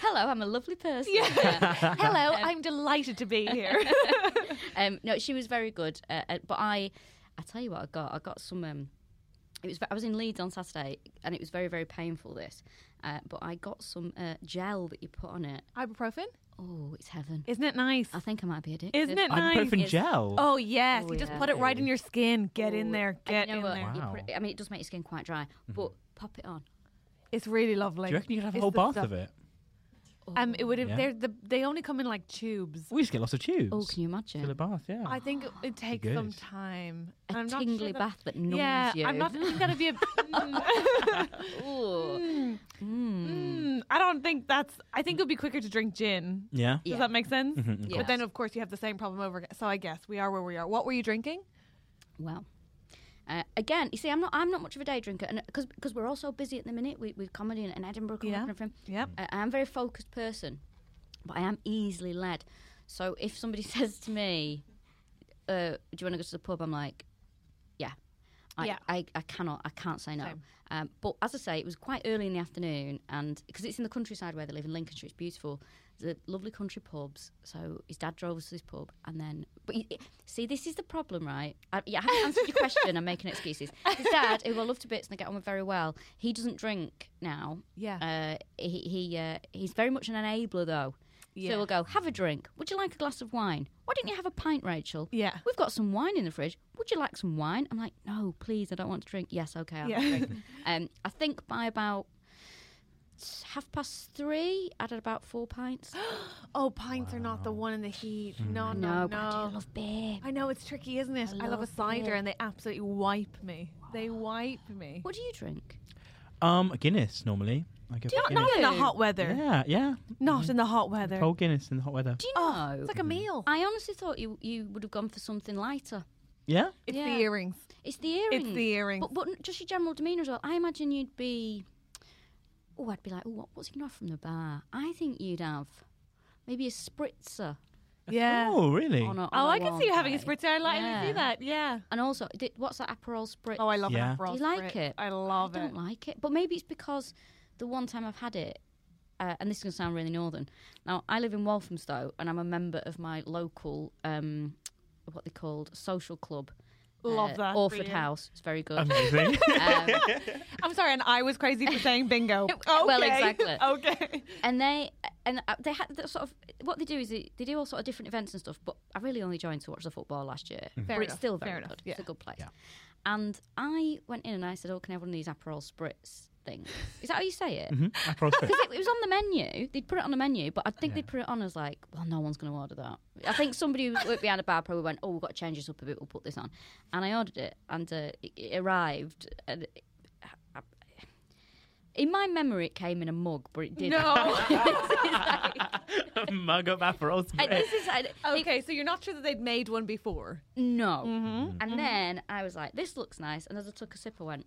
Hello, I'm a lovely person.
Hello, I'm delighted to be here.
Um, no, she was very good. Uh, uh, but I, I tell you what, I got. I got some. Um, it was. I was in Leeds on Saturday, and it was very, very painful. This, uh, but I got some uh, gel that you put on it.
Ibuprofen,
Oh, it's heaven.
isn't it nice?
I think I might be addicted.
Isn't it nice?
Ibuprofen gel.
Oh yes,
Oh,
you just
yeah.
put it right in your skin. Get in there. Get
Oh, And you know
in
what?
there.
You
Wow.
put it- I mean, it does make your skin quite dry, but pop it on.
It's really lovely.
Do you reckon you could have a
oh, It's
whole
the
bath
stuff-
of it?
Um, it would have.
Yeah.
They're the, they only come in like tubes.
We just get lots of tubes.
Oh, can you
Fill a
imagine?
bath, yeah.
I think it, it takes some
good.
time.
A
And I'm not sure
tingly
that-
bath that numbs
yeah,
you.
I'm not gonna be a.
Ooh.
Mm, I don't think that's. I think it would be quicker to drink gin.
yeah. Mm-hmm,
Does that make sense?
Yes.
But then, of course, you have the same problem over again. So I guess we are where we are. What were you drinking?
Well, uh, again, you see, I'm not I'm not much of a day drinker, and because because we're all so busy at the minute with, with comedy and, and Edinburgh coming
Yeah.
up and everything.
Yep.
I, I'm a very focused person, but I am easily led. So if somebody says to me, uh, "Do you want to go to the pub?" I'm like, "Yeah." I,
Yeah.
I, I cannot I can't say no.
Same.
Um, but as I say, it was quite early in the afternoon, and because it's in the countryside where they live in Lincolnshire, it's beautiful. The lovely country pubs. So his dad drove us to this pub, and then but he, see, this is the problem, right? I, yeah, I haven't answered your question. I'm making excuses. His dad, who I love to bits and I get on with very well, he doesn't drink now.
Yeah.
Uh, he he uh, he's very much an enabler though.
Yeah.
So we'll go have a drink. Would you like a glass of wine? Why don't you have a pint, Rachel?
Yeah.
We've got some wine in the fridge. Would you like some wine? I'm like, no, please, I don't want to drink. Yes, okay, I'll have a drink. um, I think by about half past three, I'd had about four pints.
Oh, pints are not the one in the heat.
Hmm.
No, no,
no,
no.
but I do love beer.
I know it's tricky, isn't it? I, love a
love
cider,
it.
and they absolutely wipe me. They wipe me.
What do you drink?
Um, a Guinness normally. I go for
Not, not in the hot weather.
Yeah, yeah.
Not in the hot weather.
Cold Guinness in the hot weather.
Do you
Oh,
know?
it's like a meal.
I honestly thought you you would have gone for something lighter.
Yeah?
It's
Yeah.
the earrings.
It's the earrings.
the earrings.
But, but just your general demeanour as well. I imagine you'd be. Oh, I'd be like, oh, what, what's he gonna have from the bar? I think you'd have maybe a spritzer.
Yeah.
Oh, really?
On a, on
Oh,
a
I can see you
warm
having a
day.
spritzer. I like I see
Yeah.
that. Yeah.
And also, did, what's that Aperol spritz?
Oh, I love
Yeah.
an Aperol
Do you like
spritz.
it?
I love
I
it.
don't like it, but maybe it's because the one time I've had it, uh, and this is going to sound really northern. Now I live in Walthamstow, and I'm a member of my local, um, what they called social club. Uh,
Love that for
Orford
you.
House. It's very good.
Amazing.
Um,
I'm sorry, and I was crazy for saying bingo. Okay.
Well, exactly.
okay.
and they and uh, they had the sort of what they do is they, they do all sort of different events and stuff. But I really only joined to watch the football last year,
Fair
but it's
enough,
still
fair
very
enough,
good.
yeah.
It's a good place. And I went in and I said, "Oh, can I have one of these Aperol spritz things?" Is that how you say
Mm-hmm.
it?
Mhm. Aperol spritz.
Because it, it was on the menu. They'd put it on the menu, but I think they'd put it on as like, well, no one's going to order that. I think somebody who worked behind a bar probably went, oh, we've got to change this up a bit. We'll put this on. And I ordered it, and uh, it, it arrived. And it- I- I- in my memory, it came in a mug, but it didn't.
Mug up Aperol
And
spritz.
this is like,
Okay, so you're not sure that they'd made one before.
no.
Mm-hmm.
And then I was like, this looks nice. And as I took a sip, I went,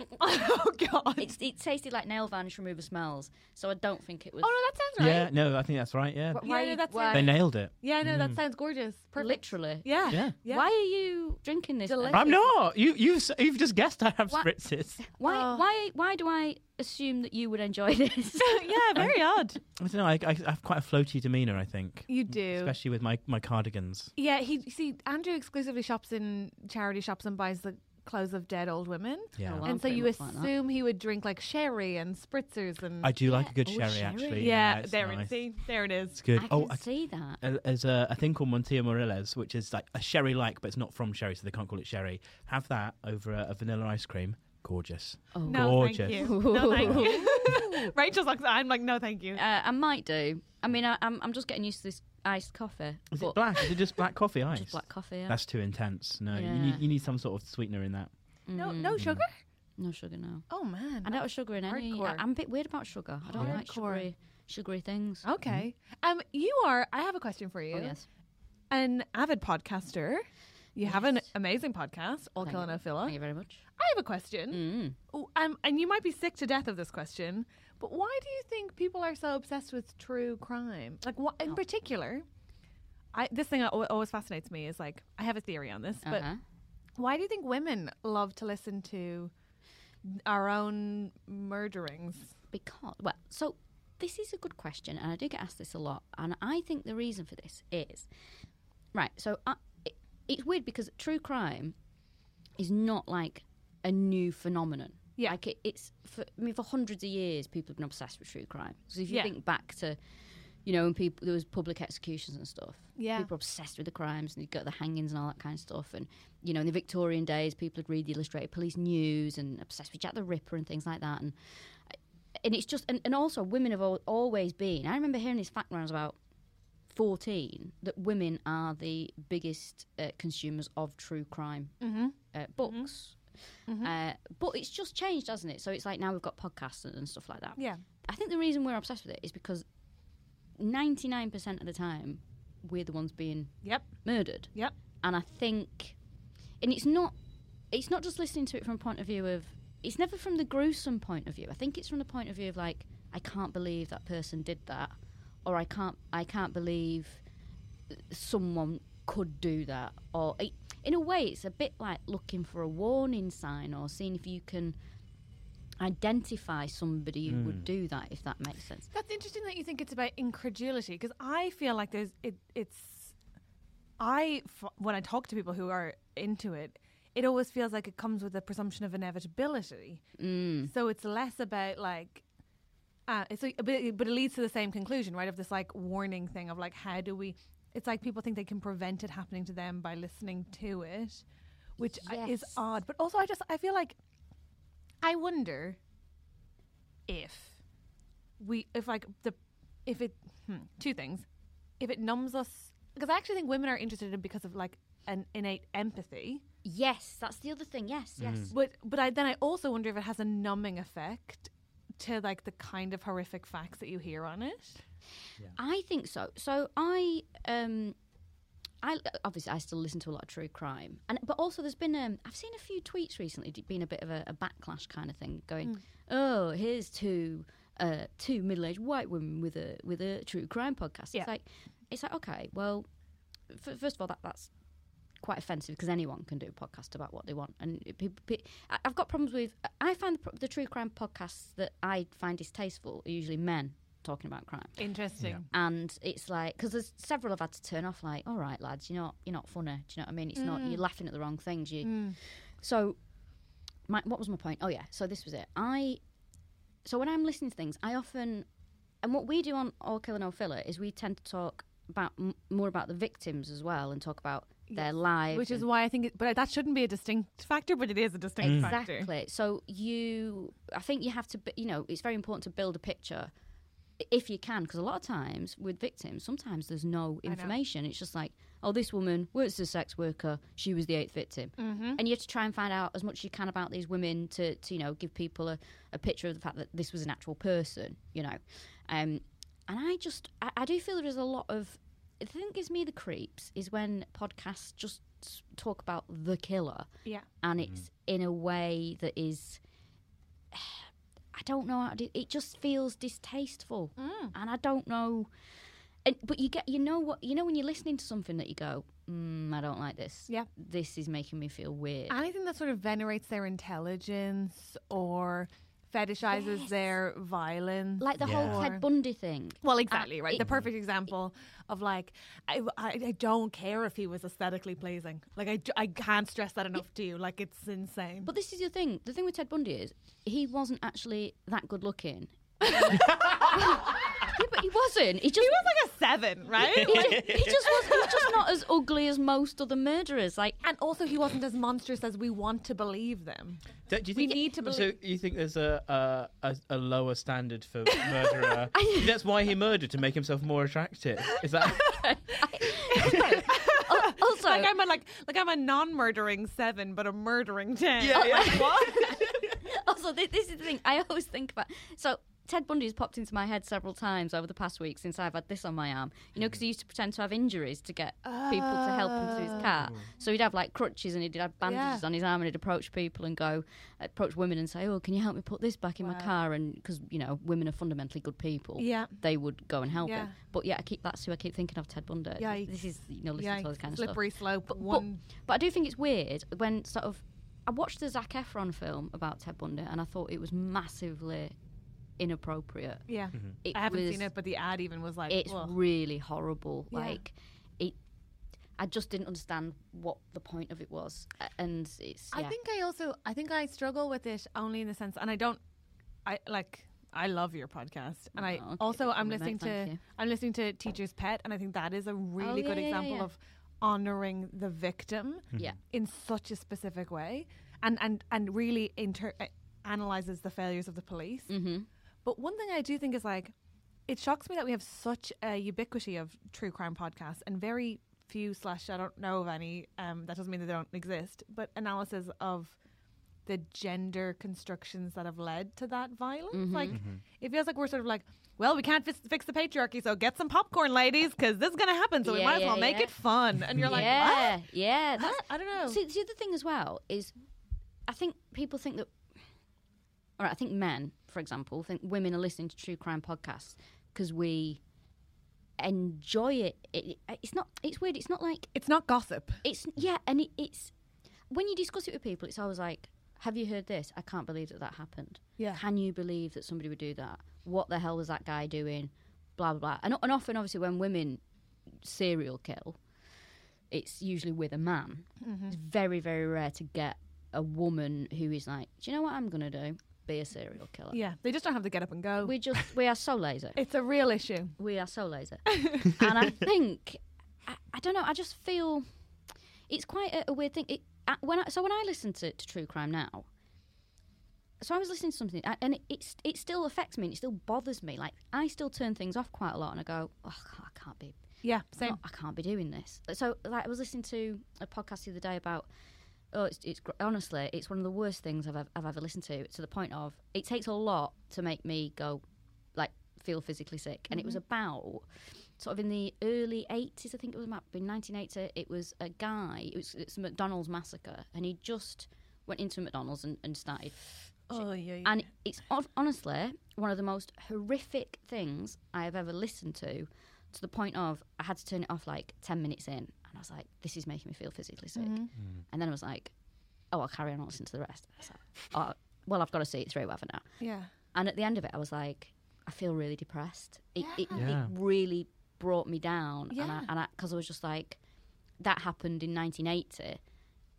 oh god.
it, it tasted like nail varnish remover smells. So I don't think it was.
Oh no, that sounds right.
Yeah, no, I think that's right, yeah.
Wh-
Yeah,
why,
no,
you-
that's
why-
They nailed it.
Yeah, no, that sounds gorgeous. Perfect.
literally.
Yeah.
Mm. Yeah.
Why are you drinking this? then?
Delicious.
I'm not. You, you've, you've just guessed I have
What?
spritzes.
Why?
Oh.
Why? Why do I assume that you would enjoy this?
yeah, very odd.
I don't know. I, I, I have quite a floaty demeanour, I think.
You do.
Especially with my, my cardigans.
Yeah, he you see Andrew exclusively shops in charity shops and buys the clothes of dead old women.
Yeah.
well, I'm
and so
pretty
you
much like that.
assume he would drink like sherry and spritzers and
I do like a good
Oh,
sherry,
sherry.
actually.
yeah,
it's
there it
nice.
see, there it is.
It's good.
I can
oh, I-
see that.
a- there's a, a thing called Montilla Moreles, which is like a sherry like, but it's not from sherry, so they can't call it sherry. Have that over a, a vanilla ice cream. Gorgeous. Oh,
No,
Gorgeous.
thank you. No, thank you. Rachel's like, I'm like, no, thank you.
Uh, I might do. I mean, I, I'm, I'm just getting used to this iced coffee.
Is
but
it black? Is it just black coffee ice?
Just black coffee. Yeah.
That's too intense. No, you,
Yeah.
need, you need some sort of sweetener in that.
Mm-hmm.
No, no sugar.
No sugar. No.
Oh man.
I don't have sugar in any. I,
Hardcore.
I'm a bit weird about sugar. I don't like
Hardcore.
sugary, sugary things.
Okay. Um, you are. I have a question for you.
Mm-hmm. Oh, yes.
An avid podcaster. You have an amazing podcast, All Kill and No Filler.
Thank you very much.
I have a question. Oh, um, and you might be sick to death of this question, but Oh. why do you think people are so obsessed with true crime? Like, what in particular? I this thing al- always fascinates me is like I have a theory on this, but
Uh-huh.
why do you think women love to listen to our own murderings?
because well so this is a good question and i do get asked this a lot and i think the reason for this is right so I, it, it's weird because true crime is not like a new phenomenon
Yeah.
like it, it's for, i mean for hundreds of years people have been obsessed with true crime so if you
Yeah.
think back to you know when people there was public executions and stuff
Yeah.
people were obsessed with the crimes and you got the hangings and all that kind of stuff and you know in the victorian days people would read the illustrated police news and obsessed with jack the ripper and things like that and and it's just and, and also women have al- always been i remember hearing this fact when i was about 14 that women are the biggest uh, consumers of true crime
Mm-hmm.
uh, books Uh, but it's just changed hasn't it so it's like now we've got podcasts and, and stuff like that
Yeah.
i think the reason we're obsessed with it is because 99% of the time we're the ones being
Yep.
murdered
Yep.
and I think, and it's not, it's not just listening to it from a point of view of, it's never from the gruesome point of view. I think it's from the point of view of like, I can't believe that person did that, or I can't, I can't believe someone could do that, or it, in a way, it's a bit like looking for a warning sign or seeing if you can identify somebody who would do that, if that makes sense.
That's interesting that you think it's about incredulity because I feel like there's it, it's I f- when I talk to people who are into it, it always feels like it comes with a presumption of inevitability. So it's less about like. Uh, so, but it, but it leads to the same conclusion, right? Of this like warning thing of like, how do we? It's like people think they can prevent it happening to them by listening to it, which I- is
Yes.
odd. But also, I just I feel like I wonder if we if like the if it hmm, two things if it numbs us because I actually think women are interested in because of like an innate empathy
Yes, that's the other thing. Yes, yes.
but but I then I also wonder if it has a numbing effect to like the kind of horrific facts that you hear on it
I think so. So I um I obviously I still listen to a lot of true crime, and but also there's been um I've seen a few tweets recently d- been a bit of a, a backlash kind of thing going. Oh, here's two uh two middle aged white women with a with a true crime podcast.
Yeah.
It's like it's like okay, well, f- first of all that that's quite offensive because anyone can do a podcast about what they want. And it- pe- pe- I- I've got problems with. I find the, pro- the true crime podcasts that I find distasteful are usually men talking about crime
interesting
and it's like because there's several I've had to turn off. Like, all right, lads, you're not you're not funny. Do you know what I mean? It's not
Mm.
you're laughing at the wrong things. You so my, what was my point? Oh yeah, so this was it. I so when I'm listening to things, I often and what we do on All Killer No Filler is we tend to talk about m- more about the victims as well and talk about their lives,
which
and-
is why I think it, but that shouldn't be a distinct factor but it is a distinct factor
Mm. Exactly. So you, I think you have to, b- you know, it's very important to build a picture i- if you can, because a lot of times with victims, sometimes there's no information. It's just like, oh, this woman works as a sex worker. She was the eighth victim, and you have to try and find out as much as you can about these women to, to you know, give people a, a picture of the fact that this was an actual person. You know, um, and I just, I, I do feel there is a lot of the thing that gives me the creeps is when podcasts just s- talk about the killer
yeah
and it's in a way that is I don't know how to, it just feels distasteful
Mm.
and I don't know and, but you get you know what you know when you're listening to something that you go mm, I don't like this
Yeah.
this is making me feel weird
anything that sort of venerates their intelligence or fetishizes their violence
like the whole
Or-
Ted Bundy thing
Well, exactly, right?
it-
the perfect example of like, I, I, I don't care if he was aesthetically pleasing. Like, I, j- I can't stress that enough to you. Like, it's insane.
but this is the thing the thing with Ted Bundy is he wasn't actually that good looking yeah but he wasn't he just
he was like a seven, right?
he
Like-
just, he just was he was just not as ugly as most other murderers like
and also, he wasn't as monstrous as we want to believe them.
Do, do you
We
think,
need to
So
believe-
you think there's a a, a, a lower standard for murderer? That's why he murdered to make himself more attractive. Is that?
Al- also
Like I'm a like like I'm a non-murdering seven, but a murdering ten.
yeah.
What?
also, thi- this is the thing I always think about. So, Ted Bundy's popped into my head several times over the past week since I've had this on my arm. You know, because he used to pretend to have injuries to get people to help him through his car. So he'd have like crutches and he'd have bandages
Yeah.
on his arm and he'd approach people and go, approach women and say, "Oh, can you help me put this back in my car?" And because you know, women are fundamentally good people.
Yeah.
they would go and help him.
Yeah.
But yeah, I keep that's who I keep thinking of, Ted Bundy.
Yikes.
This is you know listening to all this kind of stuff.
slippery slope.
But, but,
one.
but I do think it's weird when sort of I watched the Zac Efron film about Ted Bundy and I thought it was massively inappropriate.
yeah,
It
I haven't
was-
seen it, but the ad even was like,
It's
"Ugh."
really horrible.
Yeah.
Like it, I just didn't understand what the point of it was, A- and it's.
I
yeah.
think I also I think I struggle with it only in the sense, and I don't, I like I love your podcast, and I
Oh, okay,
also
thank
I'm
you, mate,
listening
thank
to
you.
I'm listening to Teacher's Pet, and I think that is a really
yeah,
good
Oh, yeah,
example
yeah. Mm-hmm.
of honoring the victim,
Yeah.
in such a specific way, and and and really inter- uh, analyzes the failures of the police.
Mm-hmm.
But one thing I do think is like, it shocks me that we have such a ubiquity of true crime podcasts and very few slash I don't know of any. Um, that doesn't mean that they don't exist, but analysis of the gender constructions that have led to that violence.
Mm-hmm.
Like it feels like we're sort of like, well, we can't fix, fix the patriarchy, so get some popcorn, ladies, because this is gonna happen. So we
Yeah,
might as
yeah,
well make
yeah.
it fun. And you're like,
yeah,
what?
yeah.
Huh? I don't know.
See, the other thing as well is, I think people think that. All right, I think men, for example, think women are listening to true crime podcasts because we enjoy it. It, it. It's not. It's weird. It's not like
It's not gossip.
it's yeah, and it, it's when you discuss it with people, it's always like, "Have you heard this? I can't believe that that happened.
Yeah.
Can you believe that somebody would do that? What the hell was that guy doing? Blah blah blah." And, and often, obviously, when women serial kill, it's usually with a man.
Mm-hmm.
It's very very rare to get a woman who is like, "Do you know what I'm gonna do? Be a serial killer."
Yeah, they just don't have to get up and go.
We just we are so lazy
it's a real issue.
we are so lazy. and I think I, I don't know. I just feel it's quite a, a weird thing. It, I, when I, so when I listen to, to true crime now, so I was listening to something a- and it, it's it still affects me and it still bothers me. Like I still turn things off quite a lot and I go, oh, I can't be
Yeah,
I'm
same.
not- I can't be doing this. So, like, I was listening to a podcast the other day about. Oh, it's, it's gr- honestly, it's one of the worst things I've, ev- I've ever listened to. To the point of, it takes a lot to make me go, like, feel physically sick. And it was about sort of in the early eighties. I think it was about in nineteen eighty. It was a guy. It was it's a McDonald's massacre, and he just went into a McDonald's and, and started
Oh yeah, yeah.
and it's hon- honestly one of the most horrific things I have ever listened to, to the point of I had to turn it off like 10 minutes in. And I was like, this is making me feel physically sick. And then I was like, oh, I'll carry on and listen to the rest. I was like, oh, well, I've got to see it through, haven't I?
yeah.
And at the end of it, I was like, I feel really depressed. It, it,
Yeah.
it really brought me down.
Yeah.
And I, because I, was just like, that happened in 1980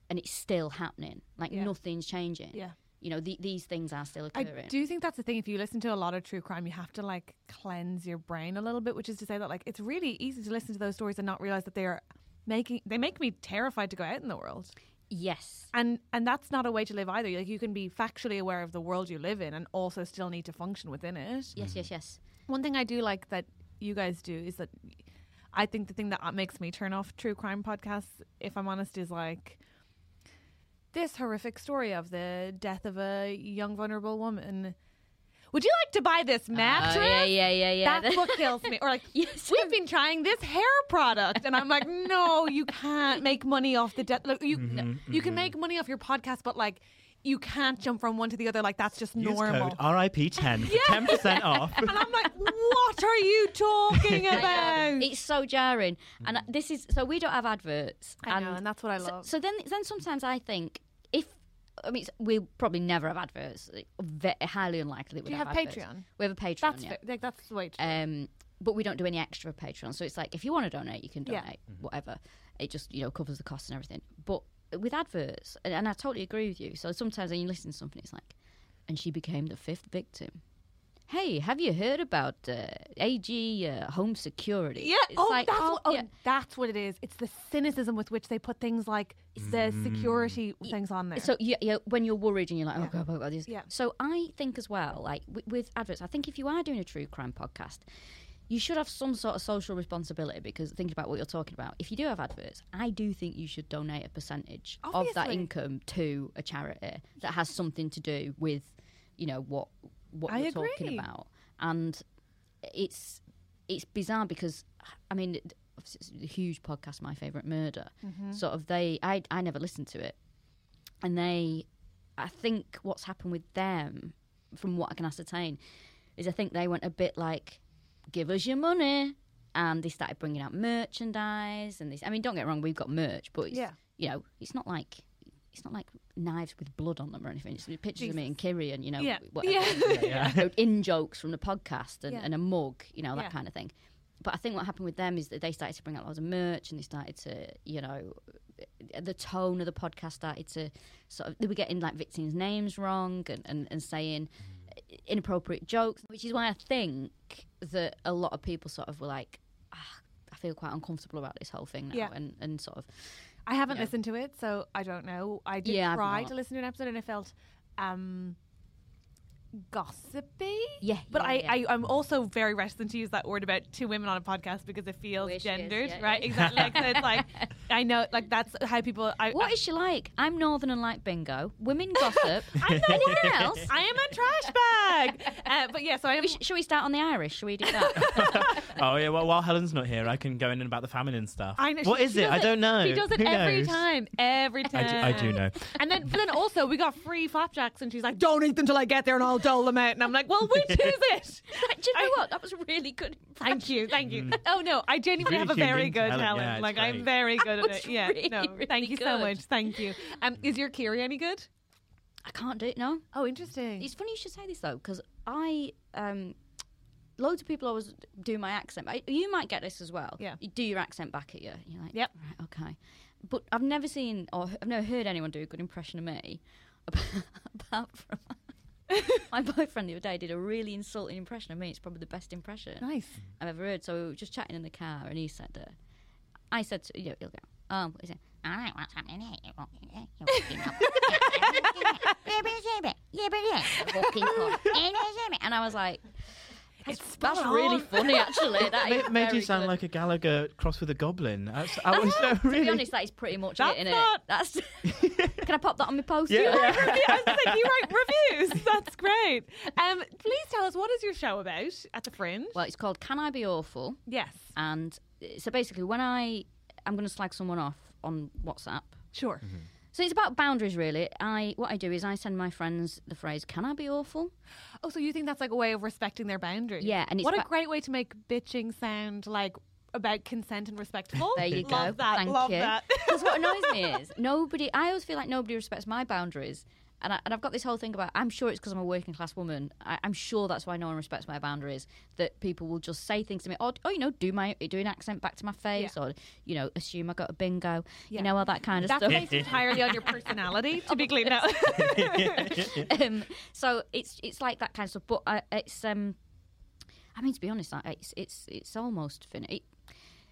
and it's still happening. Like,
Yeah.
nothing's changing.
Yeah.
You know, the, these things are still
I
occurring.
do think that's the thing. If you listen to a lot of true crime, you have to like cleanse your brain a little bit, which is to say that like it's really easy to listen to those stories and not realize that they are making they make me terrified to go out in the world.
Yes.
And and that's not a way to live either. Like you can be factually aware of the world you live in and also still need to function within it.
Yes,
Mm.
yes, yes.
One thing I do like that you guys do is that I think the thing that makes me turn off true crime podcasts, if I'm honest, is like this horrific story of the death of a young vulnerable woman. Would you like to buy this mattress?
Uh, Oh, yeah, yeah, yeah, yeah.
That's what kills me. Or like,
Yes.
we've been trying this hair product, and I'm like, no, you can't make money off the death. Like, you
Mm-hmm,
you can make money off your podcast, but like, you can't jump from one to the other. Like, that's just
Use
normal.
code RIP10 for 10% off.
And I'm like, what are you talking about?
It's so jarring, and
Mm.
uh, this is so we don't have adverts.
I
and
know, and that's what I
so-
love.
So, then, then sometimes I think if I mean we will probably never have adverts. Like, ve- highly unlikely that we
you
have,
have
adverts.
Patreon?
We have a Patreon.
that's
yeah.
fair. like that's the way. To
Um, but we don't do any extra Patreon. So it's like if you want to donate, you can
Yeah.
donate whatever. It just you know covers the costs and everything. But with adverts, and, and I totally agree with you. So sometimes when you listen to something, it's like, and she became the fifth victim. Hey, have you heard about uh, AG uh, Home Security?
yeah.
It's
Oh,
like,
that's
oh,
what, oh,
yeah.
that's what it is. It's the cynicism with which they put things like the security things on there.
So yeah, yeah, when you're worried and you're like, oh god, what about this?
Yeah.
So I think as well, like with, with adverts, I think if you are doing a true crime podcast, you should have some sort of social responsibility because thinking about what you're talking about. If you do have adverts, I do think you should donate a percentage of that
Obviously.
income to a charity that has something to do with, you know, what what
I
you're
agree.
talking about. and it's it's bizarre because I mean, it- obviously it's a huge podcast, My Favorite Murder.
Mm-hmm.
Sort of they, I I never listened to it, and they, I think what's happened with them, from what I can ascertain, is I think they went a bit like, give us your money. And they started bringing out merchandise, and this. I mean, don't get me wrong, we've got merch, but it's,
Yeah.
you know, it's not like it's not like knives with blood on them or anything. It's pictures of me and Kiri, and you know,
Yeah.
whatever.
Yeah.
You know, in jokes from the podcast and,
Yeah.
and a mug, you know, that
Yeah.
kind of thing. But I think what happened with them is that they started to bring out loads of merch and they started to, you know, uh, the tone of the podcast started to sort of, they were getting like victims' names wrong and, and, and saying inappropriate jokes, which is why I think that a lot of people sort of were like, ah, I feel quite uncomfortable about this whole thing now
Yeah.
and, and sort of,
I haven't listened to it, so I don't know. I did
Yeah, I've
try
not.
to listen to an episode, and I felt um, gossipy.
Yeah,
but
yeah,
I,
yeah.
I, I'm also very reticent to use that word about two women on a podcast because it feels
Where she is,
gendered,
yeah,
right?
yeah.
Exactly. like, so it's like I know, like that's how people. I,
what
I,
is she like? I'm Northern and like bingo, women gossip.
I'm not
anyone else?
I am a trash bag. Uh, but yeah, so I am.
Oh, We sh- Shall we start on the Irish? Shall we do that?
Oh yeah, well while Helen's not here, I can go in and about the famine and stuff.
I know,
What
she-
is
she
it? I
does
don't know.
She does it
Who
every
knows?
time. Every
I
time.
do, I do know.
And then, but then also we got free flapjacks, and she's like, "Don't eat them till I get there, and I'll dole them out." And I'm like, "Well, which is it?"
do you know
I-
what? That was a really good.
Thank you, thank
Mm.
you. Oh no, I genuinely
Really
have a
tuned
very
into
good
Helen.
Helen.
Yeah, it's
like I'm
great.
very good at
was
it. Yeah,
really,
no,
really
thank you so
good.
much. Thank you. Um, is your Kiri any good?
I can't do it. No,
Oh, interesting.
it's funny you should say this though, because I, um, loads of people always do my accent. I, you might get this as well.
Yeah.
you do your accent back at you. and You're like,
Yep.
right, okay. But I've never seen or I've never heard anyone do a good impression of me, apart from. My boyfriend the other day did a really insulting impression of me. It's probably the best impression.
nice.
I've ever heard. So we were just chatting in the car, and he said, uh, "I said, to, you know, he'll go, um, he said, I don't want something here. You want- you want- you want- Yeah, but it's a bit. Yeah, but it's a walking cough. And it's a bit." And I was like, "That's, that's
spot
really
on.
funny, actually. That
It
is
made you
very
sound
good.
like a Gallagher cross with a goblin. That's, I
Uh-huh,
was
To
so really.
be honest, that is pretty much
That's
it, innit?
not-
That's. Can I pop that on my post?
Yeah, yeah.
I was like, you write reviews. That's great. Um, please tell us what is your show about at the Fringe?
Well, it's called "Can I Be Awful?"
yes,
and uh, so basically, when I I'm going to slag someone off on WhatsApp,
sure.
Mm-hmm.
So it's about boundaries, really. I what I do is I send my friends the phrase "Can I be awful?"
Oh, so you think that's like a way of respecting their boundaries?
Yeah, and it's
what a
ba-
great way to make bitching sound like about consent and respectful.
There you
Love
go.
That.
Thank
Love
you.
that.
Because what annoys me is nobody. I always feel like nobody respects my boundaries, and I, and I've got this whole thing about. I'm sure it's because I'm a working class woman. I, I'm sure that's why no one respects my boundaries. That people will just say things to me, or, or you know, do my do an accent back to my face, or you know, assume I got a bingo, you know, all that kind of
That's
stuff.
based entirely on your personality. To be clear, no.
um, so it's it's like that kind of stuff. But I, it's um, I mean to be honest, I- it's it's it's almost finished. It,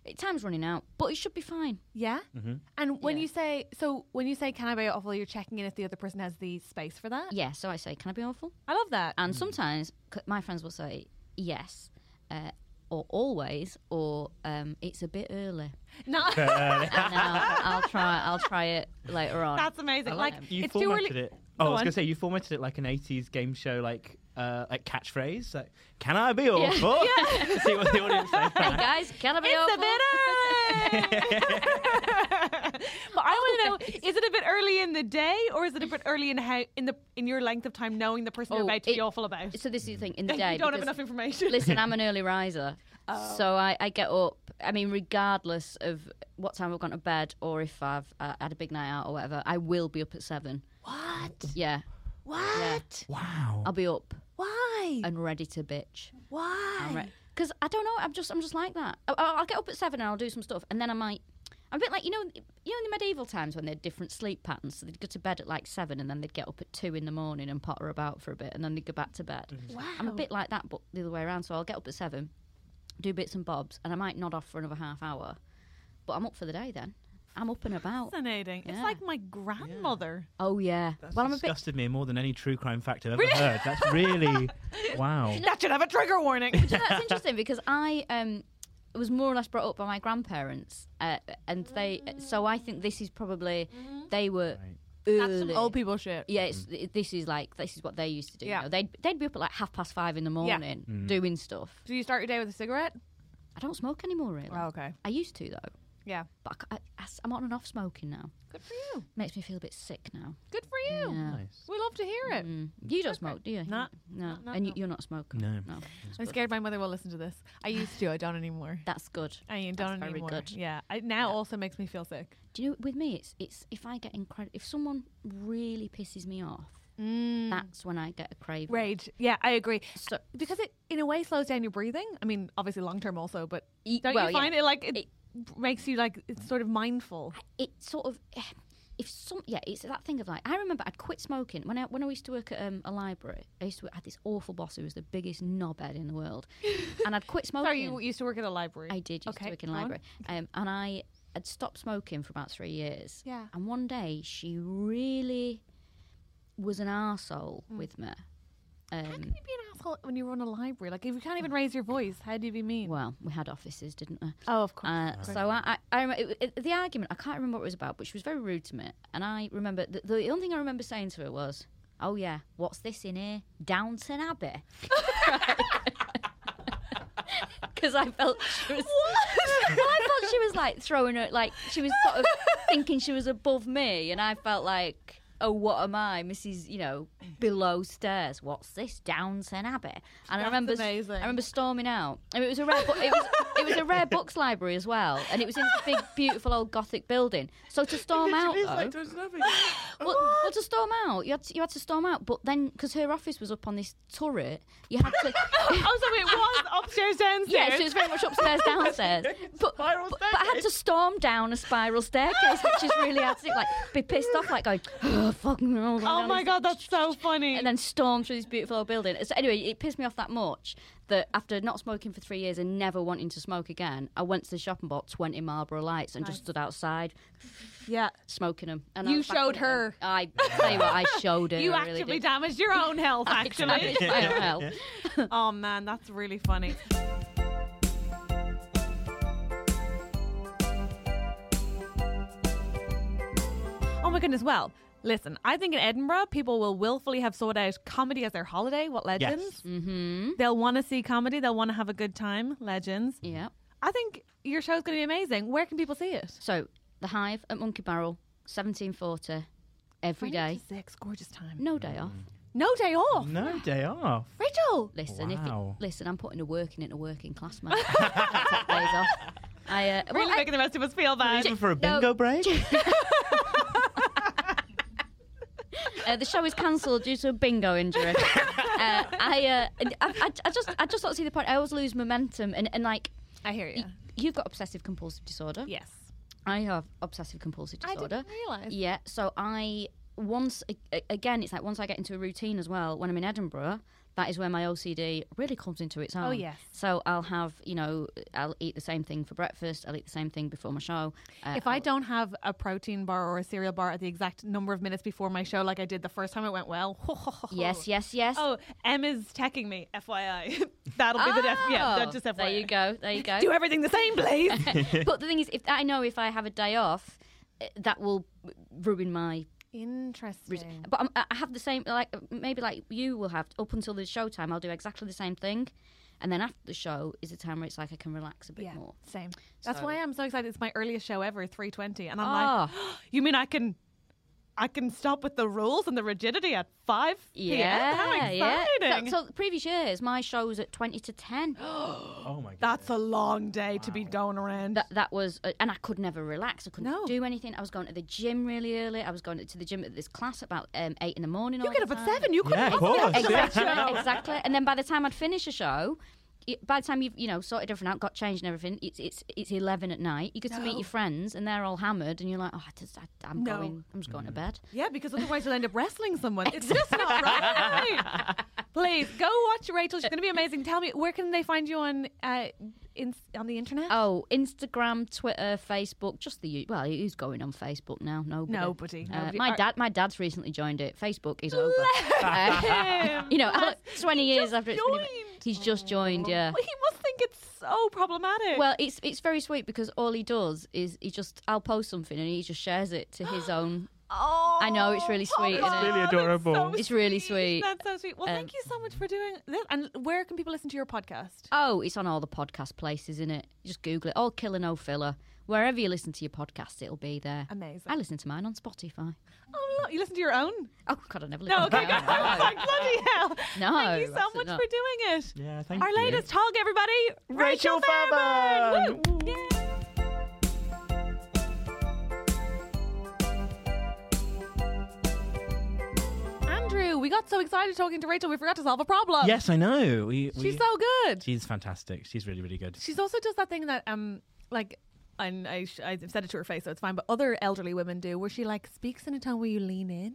it, time's running out, but it should be fine.
yeah.
Mm-hmm.
And when
Yeah.
you say so, when you say "Can I be awful," you're checking in if the other person has the space for that.
Yeah. So I say, can I be awful?
I love that.
And sometimes c- my friends will say yes, uh, or always, or um, it's a bit early.
No,
And I'll, I'll try. I'll try it later on.
that's amazing.
I
Like
like them.
you
it's too
formatted
early.
it. Oh, I
Go
was
on.
gonna say you formatted it like an '80s game show, like uh, like catchphrase. Like, can I be awful? See what the audience say.
Hey guys, can I be
It's a bit
awful?
early. but I want to know: is it a bit early in the day, or is it a bit early in how in the in your length of time knowing the person you're
Oh,
about to be
it-
awful about?
So this is the thing in the
you
day.
don't have
because-
enough information. Oh.
Listen, I'm an early riser. So I, I get up, I mean, regardless of what time I've gone to bed or if I've uh, had a big night out or whatever, I will be up at seven.
what?
Yeah.
What?
Wow.
Uh,
I'll be up
Why?
and ready to bitch.
Why?
Because I don't know, I'm just I'm just like that. I, I'll get up at seven and I'll do some stuff and then I might. I'm a bit like, you know, you know, in the medieval times when they had different sleep patterns, so they'd go to bed at like seven and then they'd get up at two in the morning and potter about for a bit and then they'd go back to bed. Wow. I'm a bit like that, but the other way around. So I'll get up at seven, do bits and bobs, and I might nod off for another half hour, but I'm up for the day then. I'm up and about.
Fascinating. It's
Yeah.
like my grandmother.
Oh, yeah.
That's
well, I'm a bit.
disgusted me more than any true crime fact I've ever heard. That's really wow.
That should have a trigger warning.
That's interesting because I um, was more or less brought up by my grandparents, uh, and they. So I think this is probably they were
Mm-hmm. That's some
early.
old people shit.
Yeah, it's, th- this is like this is what they used to do.
Yeah.
Yeah, they'd they'd be up at like half past five in the
Yeah.
morning doing stuff.
Do you start your day with a cigarette?
I don't smoke anymore, really.
Oh, okay.
I used to though,
Yeah.
but I, am on and off smoking now.
Good for you.
Makes me feel a bit sick now.
Good for you.
Yeah.
We love to hear it.
Mm. You don't smoke, do you?
Oh, Nah.
no,
Nah, nah,
and you,
nah.
you're not a smoker.
No.
no,
I'm scared my mother will listen to this. I used to. I don't anymore.
that's good.
I ain't
That's
done
very
anymore.
good.
Yeah. It now also makes me feel sick.
Do you know? With me, it's it's if I get incredible, if someone really pisses me off,
Mm.
that's when I get a craving.
Rage. Yeah, I agree.
So-
because it, in a way, slows down your breathing. I mean, obviously long term also, but
Y-
don't
E, well,
you
yeah. E
find it like it,
It-
makes you like it's sort of mindful?
it sort of eh, if some yeah it's that thing of like i remember i'd quit smoking when i when i used to work at um, a library i used to i had this awful boss who was the biggest knobhead in the world and i'd quit smoking
Sorry, you used to work at a library.
i did used
Okay,
to work in a
go on.
library um, and i had stopped smoking for about three years
Yeah.
and one day she really was an arsehole with me
Mm. How
um,
can you be an asshole when you run a library? Like, if you can't even raise your voice, how do you be mean?
well we had offices didn't we
Oh, of course.
Uh, so I, I, I remember it, it- the argument. I can't remember what it was about, but she was very rude to me. And I remember the, the only thing I remember saying to her was, "Oh yeah, what's this in here? Downton Abbey." Because I felt she was. Well, I felt she was like throwing her, like she was sort of thinking she was above me, and I felt like, oh, what am I, Mrs. You know, below stairs? What's this Downton Abbey? And I remember,
amazing.
I remember storming out. And it was a rare, bu- it was it was a rare books library as well, and it was in this big, beautiful old Gothic building. So to storm out, though, well, well, to storm out, you had to, you had to storm out. But then, because her office was up on this turret, you had to.
oh, so it
uh,
was upstairs, downstairs.
Yeah, so it's very much upstairs, downstairs. But,
Spiral
but, but I had to storm down a spiral staircase, which is really hard to like be pissed off, like going, oh, fucking roll down
Oh my
this-
god, that's so funny.
And then storm through this beautiful old building. So anyway, it pissed me off that much that after not smoking for three years and never wanting to smoke again, I went to the shop and bought twenty Marlboro lights and just stood outside
yeah,
smoking them. And I
You
was back
showed
at 'em.
her.
I tell you what, I showed her.
you
I really
actively
did.
damaged your own health.
I
Actually,
damaged my own health.
oh man, that's really funny. Oh my goodness. Well, listen, I think in Edinburgh, people will willfully have sought out comedy as their holiday. What legends? Mm-hmm. They'll want to see comedy. They'll want to have a good time. Legends.
Yeah.
I think your show's going to be amazing. Where can people see it?
So the hive at Monkey Barrel, seventeen forty, every
Friday
day.
to Six. Gorgeous time.
No day off.
No day off.
No day off.
Rachel.
Listen, if
Wow.
it, listen, I'm putting a working into working class man. I take days off. I uh,
Really
well, I-
making the rest of us feel bad.
Even for a
no.
bingo break?
uh, the show is cancelled due to a bingo injury. uh, I, uh, I, I, I just, I just don't see the point. I always lose momentum, and, and like
I hear you.
you've got obsessive compulsive disorder.
Yes.
I have obsessive compulsive
I didn't
disorder.
realise.
Yeah, so I once a- a- again, it's like once I get into a routine as well. When I'm in Edinburgh, that is where my OCD really comes into its own.
Oh, yes.
So I'll have you know I'll eat the same thing for breakfast. I'll eat the same thing before my show. Uh,
If I don't have a protein bar or a cereal bar at the exact number of minutes before my show, like I did the first time it went well.
yes, yes, yes.
Oh, Em is teching me. FYI, that'll be the death. Yeah,
Oh,
that- just FYI.
There you go. There you go.
Do everything the same, please.
but the thing is, if I know if I have a day off, uh, that will ruin my.
Interesting.
But I'm, I have the same like maybe like you will have up until the show time. I'll do exactly the same thing, and then after the show is a time where it's like I can relax a bit
Yeah,
more.
same. That's why I'm so excited. It's my earliest show ever, 320, and I'm like,
Ah.
you mean I can, I can stop with the rules and the rigidity at five? PM? How
Yeah, yeah.
exciting.
So, so the previous years, my show's at twenty to ten.
Oh my god.
That's a long day to be going around.
that that was, uh, and I could never relax. I couldn't
No.
do anything. I was going to the gym really early. I was going to the gym at this class about um, eight in the morning.
you
all
get
the
up at
time.
seven. You could
Yeah,
have
of course.
exactly, exactly. And then by the time I'd finish a show, y- by the time you've you know sorted everything out, got changed and everything, it's it's it's eleven at night. You get to meet your friends, and they're all hammered, and you're like, oh, I just, I, am
No.
going, I'm just going to bed.
Yeah, because otherwise you'll end up wrestling someone. It's just not right. Please go watch Rachel. She's going to be amazing. Tell me, where can they find you on uh, in, on the internet?
Oh, Instagram, Twitter, Facebook, just the u- well, who's going on Facebook now? Nobody.
Nobody,
Uh,
nobody.
my
Are-
dad, my dad's recently joined it. Facebook is over. Uh, you know, Alex, twenty years
just
after it's been,
joined. Oh.
he's just joined. Yeah.
Well, he must think it's so problematic.
Well, it's it's very sweet because all he does is he just I'll post something and he just shares it to his own
Oh,
I know, it's really sweet,
Tom,
isn't it?
Really
that's so
adorable.
It's really sweet.
That's so sweet. Well,
Um,
thank you so much for doing this. And where can people listen to your podcast?
Oh, it's on all the podcast places, isn't it? You just Google it. All killer, no filler. Wherever you listen to your podcast, it'll be there.
Amazing.
I listen to mine on Spotify.
Oh, look, you listen to your own?
Oh God, I never listen
No,
to
okay, good.
mine.
I was like, bloody hell.
No,
Thank you so
absolutely
much
not.
for doing it.
Yeah, thank
Our
you.
latest hog, everybody,
Rachel
Fairbairn.
Fairbairn.
Woo. Yay. Andrew, we got so excited talking to Rachel, we forgot to solve a problem.
Yes, I know. We, we,
She's so good.
she's fantastic. She's really, really good.
She's also does that thing that um like and I sh- I've said it to her face, so it's fine. But other elderly women do, where she like speaks in a tone where you lean in.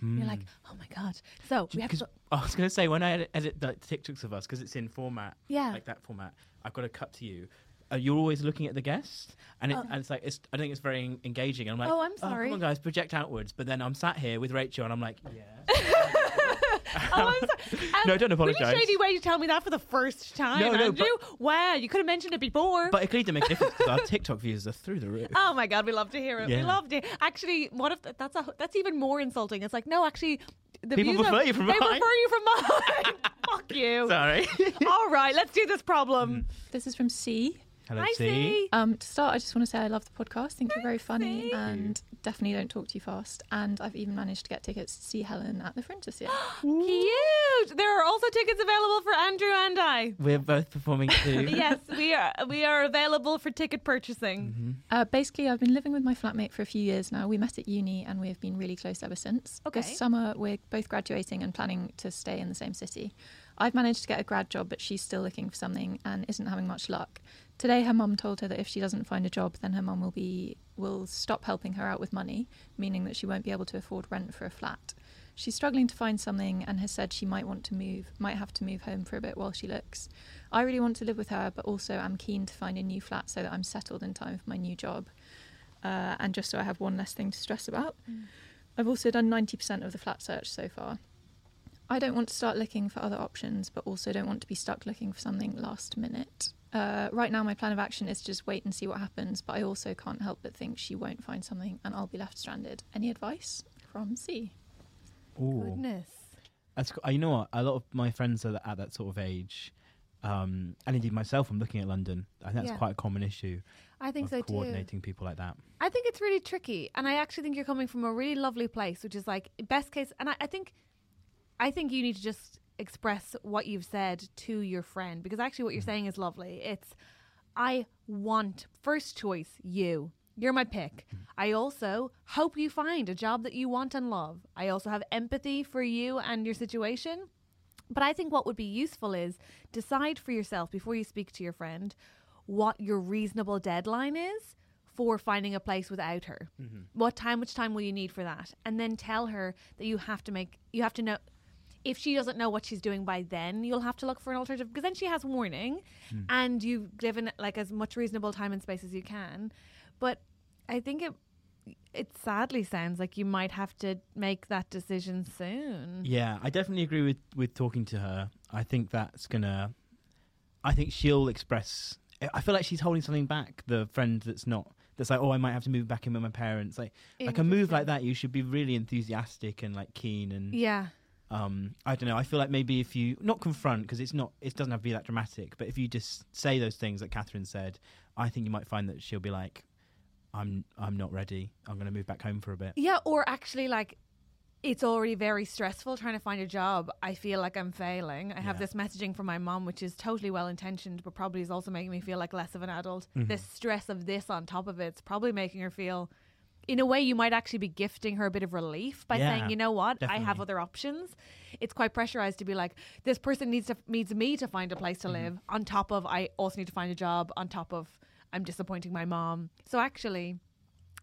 Hmm.
You're like, oh my god. So we have
Because
to.
I was going to say when I edit, edit the TikToks of us because it's in format,
Yeah.
like that format. I've got to cut to you. Uh, you're always looking at the guest, and, it, and it's like it's, I don't think it's very en- engaging. And I'm like,
Oh, I'm sorry."
come on, guys, project outwards. But then I'm sat here with Rachel, and I'm like, yeah.
Oh, I'm sorry. Um,
No, don't apologise.
Really shady way to tell me that for the first time,
No, no,
Andrew. wow, you could have mentioned it before.
But it clearly didn't make a difference 'cause our TikTok views are through the roof.
Oh my god, we love to hear it. We
Yeah.
loved it. Actually, what if th- that's a that's even more insulting? It's like, no, actually, the
People
views are-
prefer you from
they
mine.
prefer you from mine. Fuck you.
Sorry.
All right, let's do this problem.
This is from C.
Hello,
I
T.
see.
Um, to start, I just want to say I love the podcast. think you're very funny and definitely don't talk too fast. And I've even managed to get tickets to see Helen at the Fringe this year.
Cute. There are also tickets available for Andrew and I.
We're both performing too.
Yes, we are. We are available for ticket purchasing.
Mm-hmm.
Uh, basically, I've been living with my flatmate for a few years now. We met at uni and we have been really close ever since.
Okay.
This summer, we're both graduating and planning to stay in the same city. I've managed to get a grad job, but she's still looking for something and isn't having much luck. Today, her mum told her that if she doesn't find a job, then her mum will be will stop helping her out with money, meaning that she won't be able to afford rent for a flat. She's struggling to find something and has said she might want to move, might have to move home for a bit while she looks. I really want to live with her, but also am keen to find a new flat so that I'm settled in time for my new job uh, and just so I have one less thing to stress about. I've also done 90% of the flat search so far. I don't want to start looking for other options, but also don't want to be stuck looking for something last minute. Uh, right now, my plan of action is to just wait and see what happens, but I also can't help but think she won't find something and I'll be left stranded. Any advice from C?
Ooh.
Goodness.
That's, co- you know what? A lot of my friends are at that sort of age, um, and indeed myself. I'm looking at London. I think that's
Yeah.
quite a common issue
I think
of
so too.
coordinating people like that.
I think it's really tricky, and I actually think you're coming from a really lovely place, which is like best case. And I, I think, I think you need to just express what you've said to your friend because actually what you're saying is lovely. It's, I want first choice you. You're my pick. I also hope you find a job that you want and love. I also have empathy for you and your situation. But I think what would be useful is decide for yourself before you speak to your friend what your reasonable deadline is for finding a place without her. What time, which time will you need for that? And then tell her that you have to make, you have to know. If she doesn't know what she's doing by then, you'll have to look for an alternative because then she has warning and you've given like as much reasonable time and space as you can. But I think it, it sadly sounds like you might have to make that decision soon.
Yeah, I definitely agree with with talking to her. I think that's gonna. I think she'll express. I- I feel like she's holding something back. The friend that's not. That's like, oh, I might have to move back in with my parents. Like, like a move like that, you should be really enthusiastic and like keen and
Yeah.
um i don't know i feel like maybe if you not confront because it's not it doesn't have to be that dramatic but if you just say those things that catherine said i think you might find that she'll be like i'm i'm not ready i'm going to move back home for a bit
Yeah, or actually, like, it's already very stressful trying to find a job. I feel like I'm failing. I have
Yeah.
this messaging from my mom, which is totally well intentioned, but probably is also making me feel like less of an adult.
Mm-hmm.
This stress of this on top of it's probably making her feel. In a way, you might actually be gifting her a bit of relief by
Yeah,
saying, "You know what? I have
definitely.
other options." It's quite pressurized to be like, "This person needs to needs me to find a place to
Mm-hmm.
live." On top of, I also need to find a job. On top of, I'm disappointing my mom. So actually,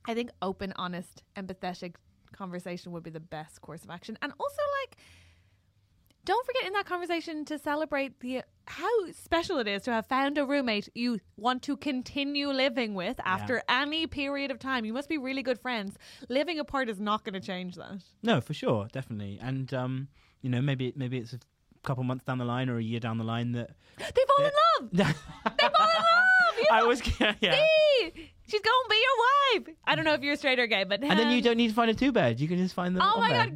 I think open, honest, empathetic conversation would be the best course of action. And also, like, don't forget in that conversation to celebrate the how special it is to have found a roommate you want to continue living with after any period of time. You must be really good friends. Living apart is not going to change that.
no for sure definitely and um you know maybe maybe it's a couple months down the line or a year down the line that
They fall in love.
they fall in love
you
i
know.
was yeah, yeah.
Hey, She's going to be your wife. I don't know if you're straight or gay, but
And then you
um,
don't need to find a two bed. You can just find the.
Oh my
one
god,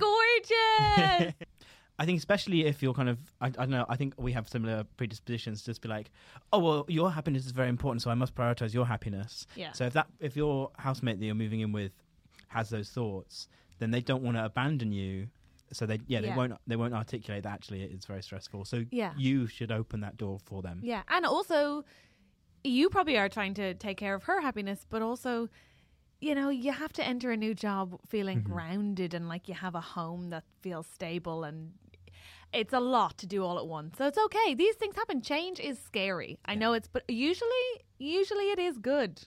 bed.
gorgeous!
I think especially if you're kind of I, I don't know I think we have similar predispositions to just be like oh well your happiness is very important so I must prioritize your happiness
Yeah.
so if that if your housemate that you're moving in with has those thoughts then they don't want to abandon you so they yeah, they
Yeah.
won't they won't articulate that actually it's very stressful so
Yeah.
you should open that door for them
yeah, and also, you probably are trying to take care of her happiness, but also, you know, you have to enter a new job feeling grounded and like you have a home that feels stable and. It's a lot to do all at once, so it's okay. These things happen. Change is scary. I know it's, but usually, usually it is good.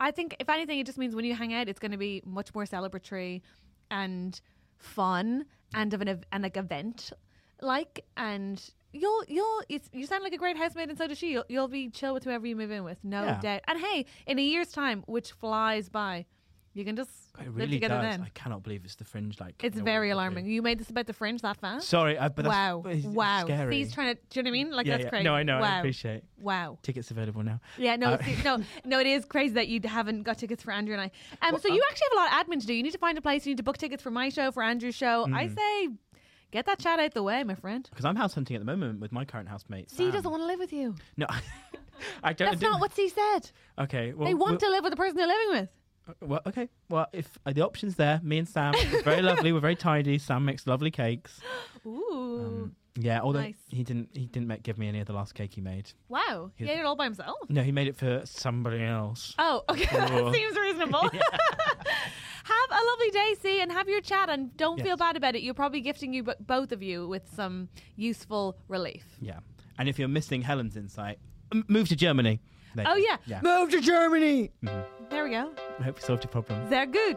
I think if anything, it just means when you hang out, it's going to be much more celebratory and fun and of an ev- and like event like and you'll you'll it's, you sound like a great housemate and so does she. You'll, you'll be chill with whoever you move in with, no
Yeah.
doubt. And hey, in a year's time, which flies by, you can just
it
live
really
together
does
then.
I cannot believe it's the fringe like
It's
no one
very
would do.
alarming. You made this about the fringe that fast.
sorry I, but that's,
wow,
it's- it's
wow.
scary.
He's trying to. Do you know what I mean? Like
Yeah,
that's
yeah.
crazy.
no I know
Wow.
I appreciate
Wow.
tickets available now
Yeah, no,
Uh,
it's- no, no. It is crazy that you haven't got tickets for Andrew and I. Um, so you actually have a lot of admin to do. You need to find a place. You need to book tickets for my show, for Andrew's show.
Mm.
I say, get that chat out the way, my friend.
Because I'm house hunting at the moment with my current housemate.
See, he
Sam.
doesn't want to live with you.
No, Um, I don't.
That's not what he said.
Okay. Well,
They want
we'll-
to live with the person they're living with.
Well, okay. Well, if uh, the option's there, me and Sam, we're very lovely. We're very tidy. Sam makes lovely cakes.
Ooh,
Um, yeah. Although
Oh, Nice.
he didn't, he didn't make, give me any of the last cake he made.
wow. He
here's- Mm.
did it all by himself.
No, he made it for somebody else.
Oh, okay.
Ooh.
that seems reasonable. have a lovely day, see, and have your chat, and don't feel
Yes.
bad about it. You're probably gifting you, bo- both of you, with some useful relief.
Yeah. And if you're missing Helen's insight, m- move to Germany. There you
Oh,
go.
yeah.
Move to Germany.
There we go.
I hope we solved your problem.
They're good.